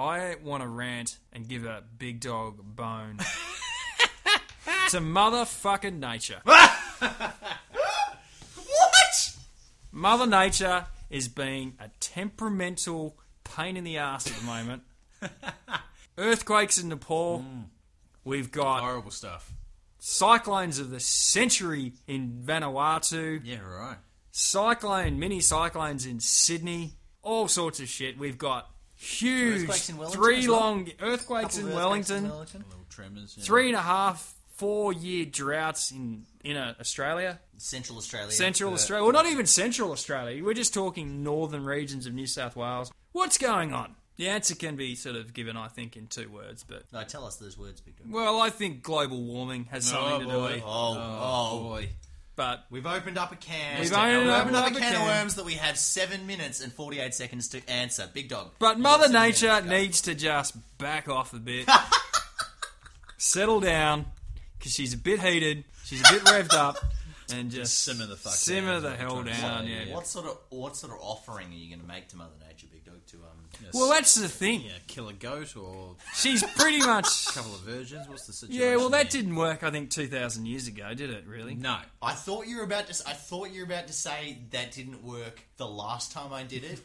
Speaker 1: I want to rant and give a big dog a bone to motherfucking nature.
Speaker 3: What?
Speaker 1: Mother Nature is being a temperamental pain in the ass at the moment. Earthquakes in Nepal.
Speaker 3: Mm.
Speaker 1: We've got
Speaker 2: Horrible stuff.
Speaker 1: cyclones of the century in Vanuatu,
Speaker 2: Yeah, right.
Speaker 1: cyclone, mini cyclones in Sydney, all sorts of shit. We've got huge
Speaker 3: Earthquakes in Wellington
Speaker 1: three
Speaker 3: as well?
Speaker 1: long earthquakes in Wellington,
Speaker 2: Little tremors. yeah.
Speaker 1: three and a half, four year droughts in inner Australia,
Speaker 3: Central Australia.
Speaker 1: Central
Speaker 3: Uh,
Speaker 1: Australia. Well, not even Central Australia. We're just talking northern regions of New South Wales. What's going on? The answer can be sort of given, I think, in two words, but.
Speaker 3: No, tell us those words, big dog.
Speaker 1: Well, I think global warming has something to do
Speaker 2: boy.
Speaker 1: with it,
Speaker 3: Oh, oh,
Speaker 2: boy.
Speaker 1: but
Speaker 3: We've opened up a can.
Speaker 1: We've
Speaker 3: We've opened,
Speaker 1: opened
Speaker 3: up,
Speaker 1: up
Speaker 3: a
Speaker 1: a
Speaker 3: can, of
Speaker 1: can.
Speaker 3: worms that we have seven minutes and forty-eight seconds to answer. Big dog.
Speaker 1: But Mother
Speaker 3: Seven minutes,
Speaker 1: Nature
Speaker 3: go.
Speaker 1: needs to just back off a bit, settle down, because she's a bit heated, she's a bit revved up, and just
Speaker 2: simmer the fuck
Speaker 1: simmer
Speaker 2: down,
Speaker 1: the
Speaker 2: is what
Speaker 1: hell
Speaker 2: I'm trying
Speaker 1: down.
Speaker 2: to say,
Speaker 1: Oh, Yeah.
Speaker 2: yeah.
Speaker 3: What sort of what sort of offering are you going to make to Mother Nature, big dog? To um,
Speaker 1: Well, that's the thing.
Speaker 2: Yeah, kill a goat or
Speaker 1: She's pretty much.
Speaker 2: a couple of virgins. What's the situation?
Speaker 1: Yeah, well, that
Speaker 2: there?
Speaker 1: didn't work. I think two thousand years ago, did it? Really?
Speaker 2: No.
Speaker 3: I thought you were about to. s- I thought you were about to say that didn't work the last time I did it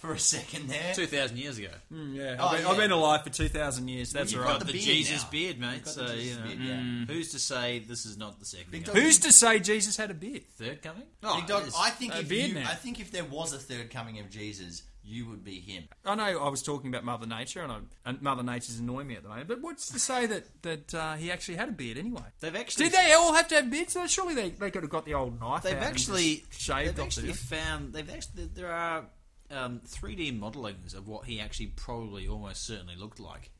Speaker 3: for a second there.
Speaker 2: 2,000 years ago.
Speaker 1: Yeah,
Speaker 3: Oh,
Speaker 1: I've, been,
Speaker 3: yeah.
Speaker 1: I've been alive for two thousand years. That's
Speaker 3: you've
Speaker 1: all
Speaker 3: got
Speaker 1: right.
Speaker 2: The,
Speaker 3: The beard
Speaker 2: Jesus
Speaker 3: now.
Speaker 2: beard, mate.
Speaker 3: got
Speaker 2: So,
Speaker 3: the
Speaker 2: you
Speaker 3: Jesus
Speaker 2: know.
Speaker 3: beard, yeah. Mm.
Speaker 2: Who's to say this is not the second
Speaker 3: Big
Speaker 2: coming?
Speaker 3: dog-
Speaker 1: Who's to say Jesus had a beard?
Speaker 2: Third coming? Oh,
Speaker 3: Big dog,
Speaker 2: it is.
Speaker 3: I think
Speaker 1: a
Speaker 3: if
Speaker 1: beard
Speaker 3: you,
Speaker 1: now.
Speaker 3: I think if there was a third coming of Jesus, you would be him.
Speaker 1: I know I was talking about Mother Nature, and, I, and Mother Nature's annoying me at the moment. But what's to say that that uh, he actually had a beard anyway?
Speaker 2: They've actually
Speaker 1: Did they all have to have beards? No, surely they, they could have got the old knife.
Speaker 2: They've
Speaker 1: out and
Speaker 2: actually
Speaker 1: just shaved
Speaker 2: They've
Speaker 1: off the
Speaker 2: actually found. They've actually there are um, 3D modelings of what he actually probably almost certainly looked like.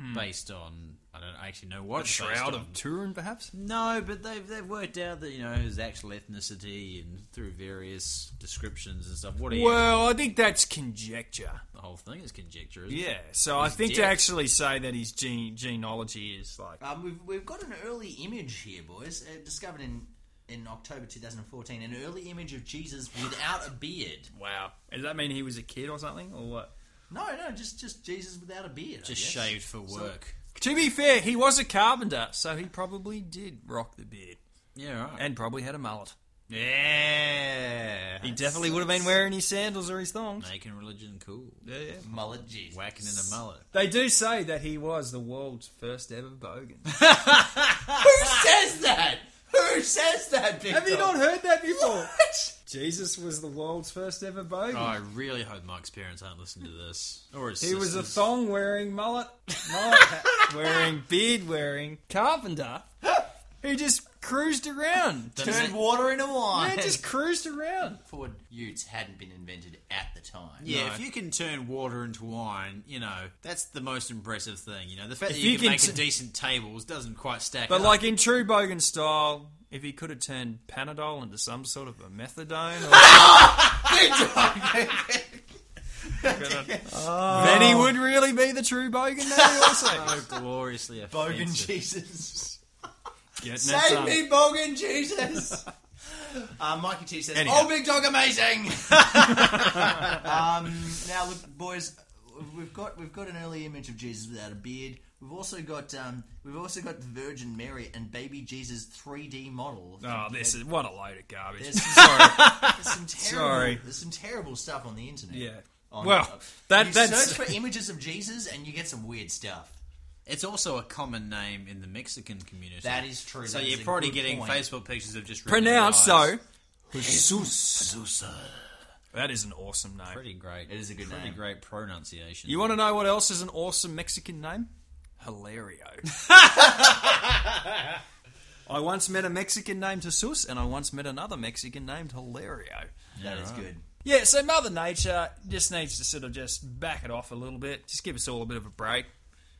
Speaker 1: Hmm.
Speaker 2: based on I don't actually know what it's
Speaker 1: Shroud
Speaker 2: based
Speaker 1: of
Speaker 2: on.
Speaker 1: Turin, perhaps.
Speaker 2: No, but they've they've worked out that you know his actual ethnicity and through various descriptions and stuff. What do you?
Speaker 1: Well, I think that's conjecture.
Speaker 2: the whole thing is conjecture, isn't
Speaker 1: Yeah, so I think to
Speaker 2: dick.
Speaker 1: actually say that his gene genealogy is like
Speaker 3: Um, we've, we've got an early image here, boys. Uh, discovered in, in October 2014, an early image of Jesus without a beard.
Speaker 1: wow. Does that mean he was a kid or something, or what?
Speaker 3: No, no, just just Jesus without a beard. I
Speaker 2: Just
Speaker 3: guess.
Speaker 2: shaved for work.
Speaker 1: To be fair, he was a carpenter, so he probably did rock the beard
Speaker 2: yeah, right.
Speaker 1: and probably had a mullet.
Speaker 2: yeah,
Speaker 1: He definitely would have been wearing his sandals or his thongs.
Speaker 2: making religion cool,
Speaker 1: Yeah, yeah.
Speaker 3: mullet Jesus.
Speaker 2: whacking in a mullet.
Speaker 1: They do say that he was the world's first ever bogan.
Speaker 3: Who says that? Who says that? Victor?
Speaker 1: Have you not heard that before? Jesus was the world's first ever bogan.
Speaker 2: Oh, I really hope Mike's parents aren't listening to this. Or his
Speaker 1: He was a
Speaker 2: sisters.
Speaker 1: thong wearing, mullet, mullet hat wearing, beard wearing carpenter. He just cruised around.
Speaker 3: Turned water into wine.
Speaker 1: Man, just cruised around.
Speaker 3: Ford Utes hadn't been invented at the time.
Speaker 2: Yeah,
Speaker 1: No.
Speaker 2: if you can turn water into wine, you know that's the most impressive thing. You know the fact
Speaker 1: If
Speaker 2: that you,
Speaker 1: you
Speaker 2: can,
Speaker 1: can
Speaker 2: make
Speaker 1: t-
Speaker 2: a decent tables doesn't quite stack.
Speaker 1: But
Speaker 2: up.
Speaker 1: like in true bogan style, if he could have turned Panadol into some sort of a methadone, or then he would really be the true bogan. Now also
Speaker 2: so gloriously
Speaker 3: Bogan
Speaker 2: offensive.
Speaker 3: Jesus.
Speaker 1: getting it
Speaker 3: Save
Speaker 1: done.
Speaker 3: me, Bogan Jesus. uh, Mikey T says,
Speaker 1: Anyhow.
Speaker 3: "Oh, big dog, amazing." um, now, look, boys, we've got we've got an early image of Jesus without a beard. We've also got um, we've also got the Virgin Mary and baby Jesus 3D model.
Speaker 1: Oh, this is what a load of garbage.
Speaker 3: There's some,
Speaker 1: Sorry.
Speaker 3: there's some terrible,
Speaker 1: Sorry.
Speaker 3: There's some terrible stuff on the internet.
Speaker 1: Yeah.
Speaker 3: On-
Speaker 1: Well, that-
Speaker 3: you
Speaker 1: that's-
Speaker 3: search for images of Jesus and you get some weird stuff.
Speaker 2: It's also a common name in the Mexican community.
Speaker 3: That is true.
Speaker 2: So
Speaker 3: That is
Speaker 2: you're
Speaker 3: a
Speaker 2: probably
Speaker 3: good
Speaker 2: getting
Speaker 3: point.
Speaker 2: Facebook pictures of just
Speaker 1: Pronounced
Speaker 2: regular
Speaker 1: so.
Speaker 2: guys.
Speaker 1: Jesus. That is an awesome name.
Speaker 2: Pretty great.
Speaker 3: It is a good
Speaker 2: pretty
Speaker 3: name.
Speaker 2: great pronunciation.
Speaker 1: You want to know what else is an awesome Mexican name? Hilario. I once met a Mexican named Jesus, and I once met another Mexican named Hilario.
Speaker 3: That is good.
Speaker 1: Yeah, so Mother Nature just needs to sort of just back it off a little bit. Just give us all a bit of a break.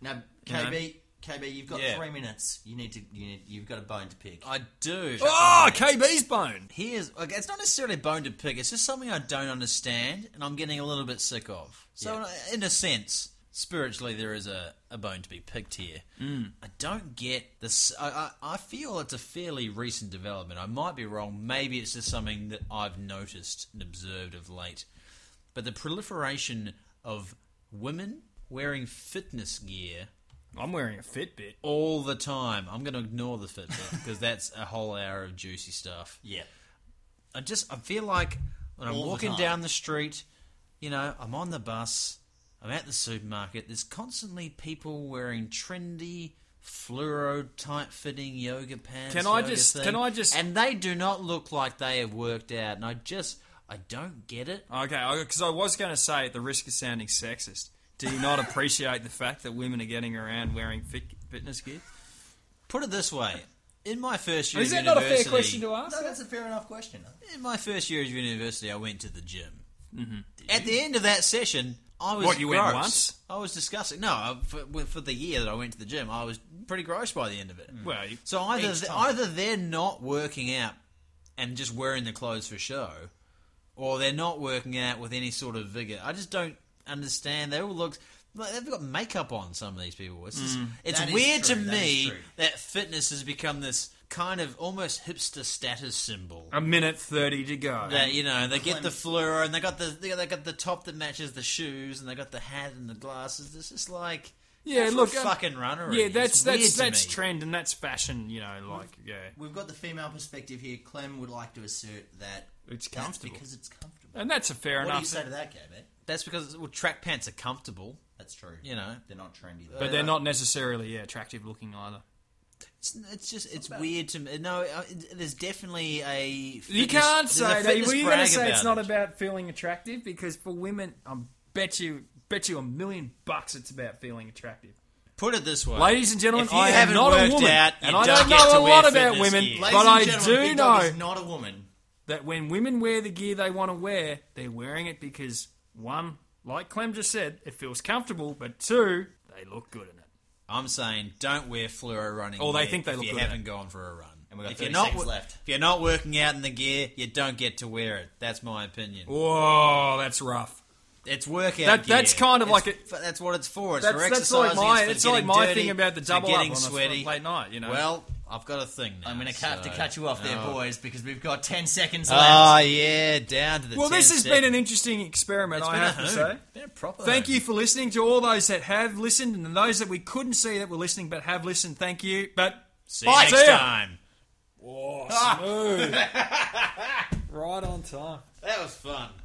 Speaker 3: Now,
Speaker 1: know?
Speaker 3: KB, KB, you've got
Speaker 2: Yeah.
Speaker 3: three minutes. You need to. You need, you've got a bone to pick.
Speaker 2: I do.
Speaker 1: Oh, KB's bone.
Speaker 2: He is. Like, it's not necessarily a bone to pick. It's just something I don't understand, and I'm getting a little bit sick of. So, in a- in a sense, spiritually, there is a, a bone to be picked here. Mm. I don't get this. I, I, I feel it's a fairly recent development. I might be wrong. Maybe it's just something that I've noticed and observed of late. But the proliferation of women wearing fitness gear
Speaker 1: I'm wearing a Fitbit.
Speaker 2: all the time. I'm going to ignore the Fitbit because that's a whole hour of juicy stuff.
Speaker 3: yeah.
Speaker 2: I just I feel like when I'm
Speaker 3: All the
Speaker 2: walking
Speaker 3: time.
Speaker 2: down the street, you know, I'm on the bus, I'm at the supermarket. There's constantly people wearing trendy fluoro tight fitting yoga pants.
Speaker 1: Can I
Speaker 2: yoga
Speaker 1: just-
Speaker 2: thing,
Speaker 1: can I just-
Speaker 2: and they do not look like they have worked out, and I just I don't get it.
Speaker 1: Okay, because I was going to say, at the risk of sounding sexist, do you not appreciate the fact that women are getting around wearing fit- fitness gear?
Speaker 2: Put it this way. In my first year
Speaker 1: Is
Speaker 2: of
Speaker 1: that not a fair
Speaker 2: university-
Speaker 1: question to ask?
Speaker 3: No, that's a fair enough question.
Speaker 2: In my first year of university, I went to the gym. Mm-hmm. At the end of that session, I was
Speaker 1: What, you went
Speaker 2: gross.
Speaker 1: once?
Speaker 2: I was disgusting. No, I, for, for the year that I went to the gym, I was pretty gross by the end of it.
Speaker 1: Well, you-
Speaker 2: so either
Speaker 3: Mm. each
Speaker 2: th-
Speaker 3: time.
Speaker 2: either they're not working out and just wearing the clothes for show, or they're not working out with any sort of vigor. I just don't understand. They all look. like, They've got makeup on. Some of these people. It's just, it's
Speaker 3: Mm. That is
Speaker 2: weird
Speaker 3: true,
Speaker 2: to
Speaker 3: that is
Speaker 2: me
Speaker 3: true.
Speaker 2: that fitness has become this kind of almost hipster status symbol.
Speaker 1: A minute 30 to go.
Speaker 2: That you know, they get the fluoro, and they got the they they got the top that matches the shoes, and they got the hat and the glasses. It's just like
Speaker 1: Yeah,
Speaker 2: that's
Speaker 1: look,
Speaker 2: for
Speaker 1: um,
Speaker 2: fucking runner.
Speaker 1: Yeah, that's that's that's
Speaker 2: me.
Speaker 1: trend and that's fashion. You know, like yeah,
Speaker 3: We've got the female perspective here. Clem would like to assert that
Speaker 1: It's
Speaker 3: that's
Speaker 1: comfortable.
Speaker 3: because it's comfortable.
Speaker 1: and that's a fair
Speaker 3: What do
Speaker 1: enough.
Speaker 3: you say to that, KB?
Speaker 2: That's because well, track pants are comfortable.
Speaker 3: That's true.
Speaker 2: You know,
Speaker 3: they're not trendy though.
Speaker 1: but they're not necessarily yeah, attractive looking either.
Speaker 2: it's, it's just it's weird to me. No, uh, it- there's definitely a
Speaker 1: You
Speaker 2: fitness-
Speaker 1: can't
Speaker 2: there's a
Speaker 1: say that.
Speaker 2: fitness
Speaker 1: Were you
Speaker 2: brag
Speaker 1: going to say it's
Speaker 2: about
Speaker 1: not
Speaker 2: it.
Speaker 1: about feeling attractive? Because for women, I bet you bet you a million bucks it's about feeling attractive.
Speaker 2: Put it this way,
Speaker 1: Ladies and gentlemen,
Speaker 2: if you
Speaker 1: I am
Speaker 2: haven't
Speaker 1: not a
Speaker 2: worked
Speaker 1: woman,
Speaker 2: out, you
Speaker 1: and I don't
Speaker 2: get
Speaker 1: know
Speaker 2: to
Speaker 1: a
Speaker 2: wear
Speaker 1: lot about
Speaker 2: fitness
Speaker 1: women. Ladies
Speaker 2: gear.
Speaker 3: Ladies
Speaker 1: But I
Speaker 3: and gentlemen,
Speaker 1: do
Speaker 3: Big Dog
Speaker 1: know-
Speaker 3: is not a woman.
Speaker 1: that when women wear the gear they want to wear, they're wearing it because one, like Clem just said, it feels comfortable, but two, they look good in it.
Speaker 2: I'm saying don't wear fluoro running.
Speaker 1: Or Oh, they
Speaker 2: gear
Speaker 1: think they
Speaker 2: if
Speaker 1: look
Speaker 2: you
Speaker 1: good in
Speaker 2: haven't gone for a run.
Speaker 3: And we've got
Speaker 2: if you're
Speaker 3: 30
Speaker 2: not
Speaker 3: seconds
Speaker 2: wo-
Speaker 3: left.
Speaker 2: if you're not working out in the gear, you don't get to wear it. That's my opinion.
Speaker 1: Whoa, that's rough.
Speaker 2: It's workout.
Speaker 1: That-
Speaker 2: gear.
Speaker 1: that's kind of
Speaker 2: It's
Speaker 1: like it-
Speaker 2: f- That's what it's for. It's
Speaker 1: That's,
Speaker 2: for
Speaker 1: that's like
Speaker 2: exercising.
Speaker 1: my
Speaker 2: it's for
Speaker 1: it's like
Speaker 2: getting
Speaker 1: my
Speaker 2: dirty,
Speaker 1: thing about the
Speaker 2: it's for
Speaker 1: double
Speaker 2: getting
Speaker 1: up on
Speaker 2: sweaty.
Speaker 1: A late night. You know.
Speaker 2: Well, I've got a thing now.
Speaker 3: I'm going to have to
Speaker 2: so-
Speaker 3: cut you off there,
Speaker 2: No.
Speaker 3: boys, because we've got 10 seconds left.
Speaker 2: Ah, yeah, down to the.
Speaker 1: well,
Speaker 2: 10
Speaker 1: this has
Speaker 2: seconds.
Speaker 1: been an interesting experiment.
Speaker 2: It's
Speaker 1: I
Speaker 2: been a
Speaker 1: have to
Speaker 2: hoon.
Speaker 1: say.
Speaker 2: Been a proper
Speaker 1: Thank
Speaker 2: hoon.
Speaker 1: you for listening to all those that have listened and those that we couldn't see that were listening but have listened. Thank you. But
Speaker 2: See
Speaker 1: Bye.
Speaker 2: you
Speaker 1: See
Speaker 2: next
Speaker 1: ya.
Speaker 2: time.
Speaker 1: Oh, smooth. right on time.
Speaker 2: That was fun.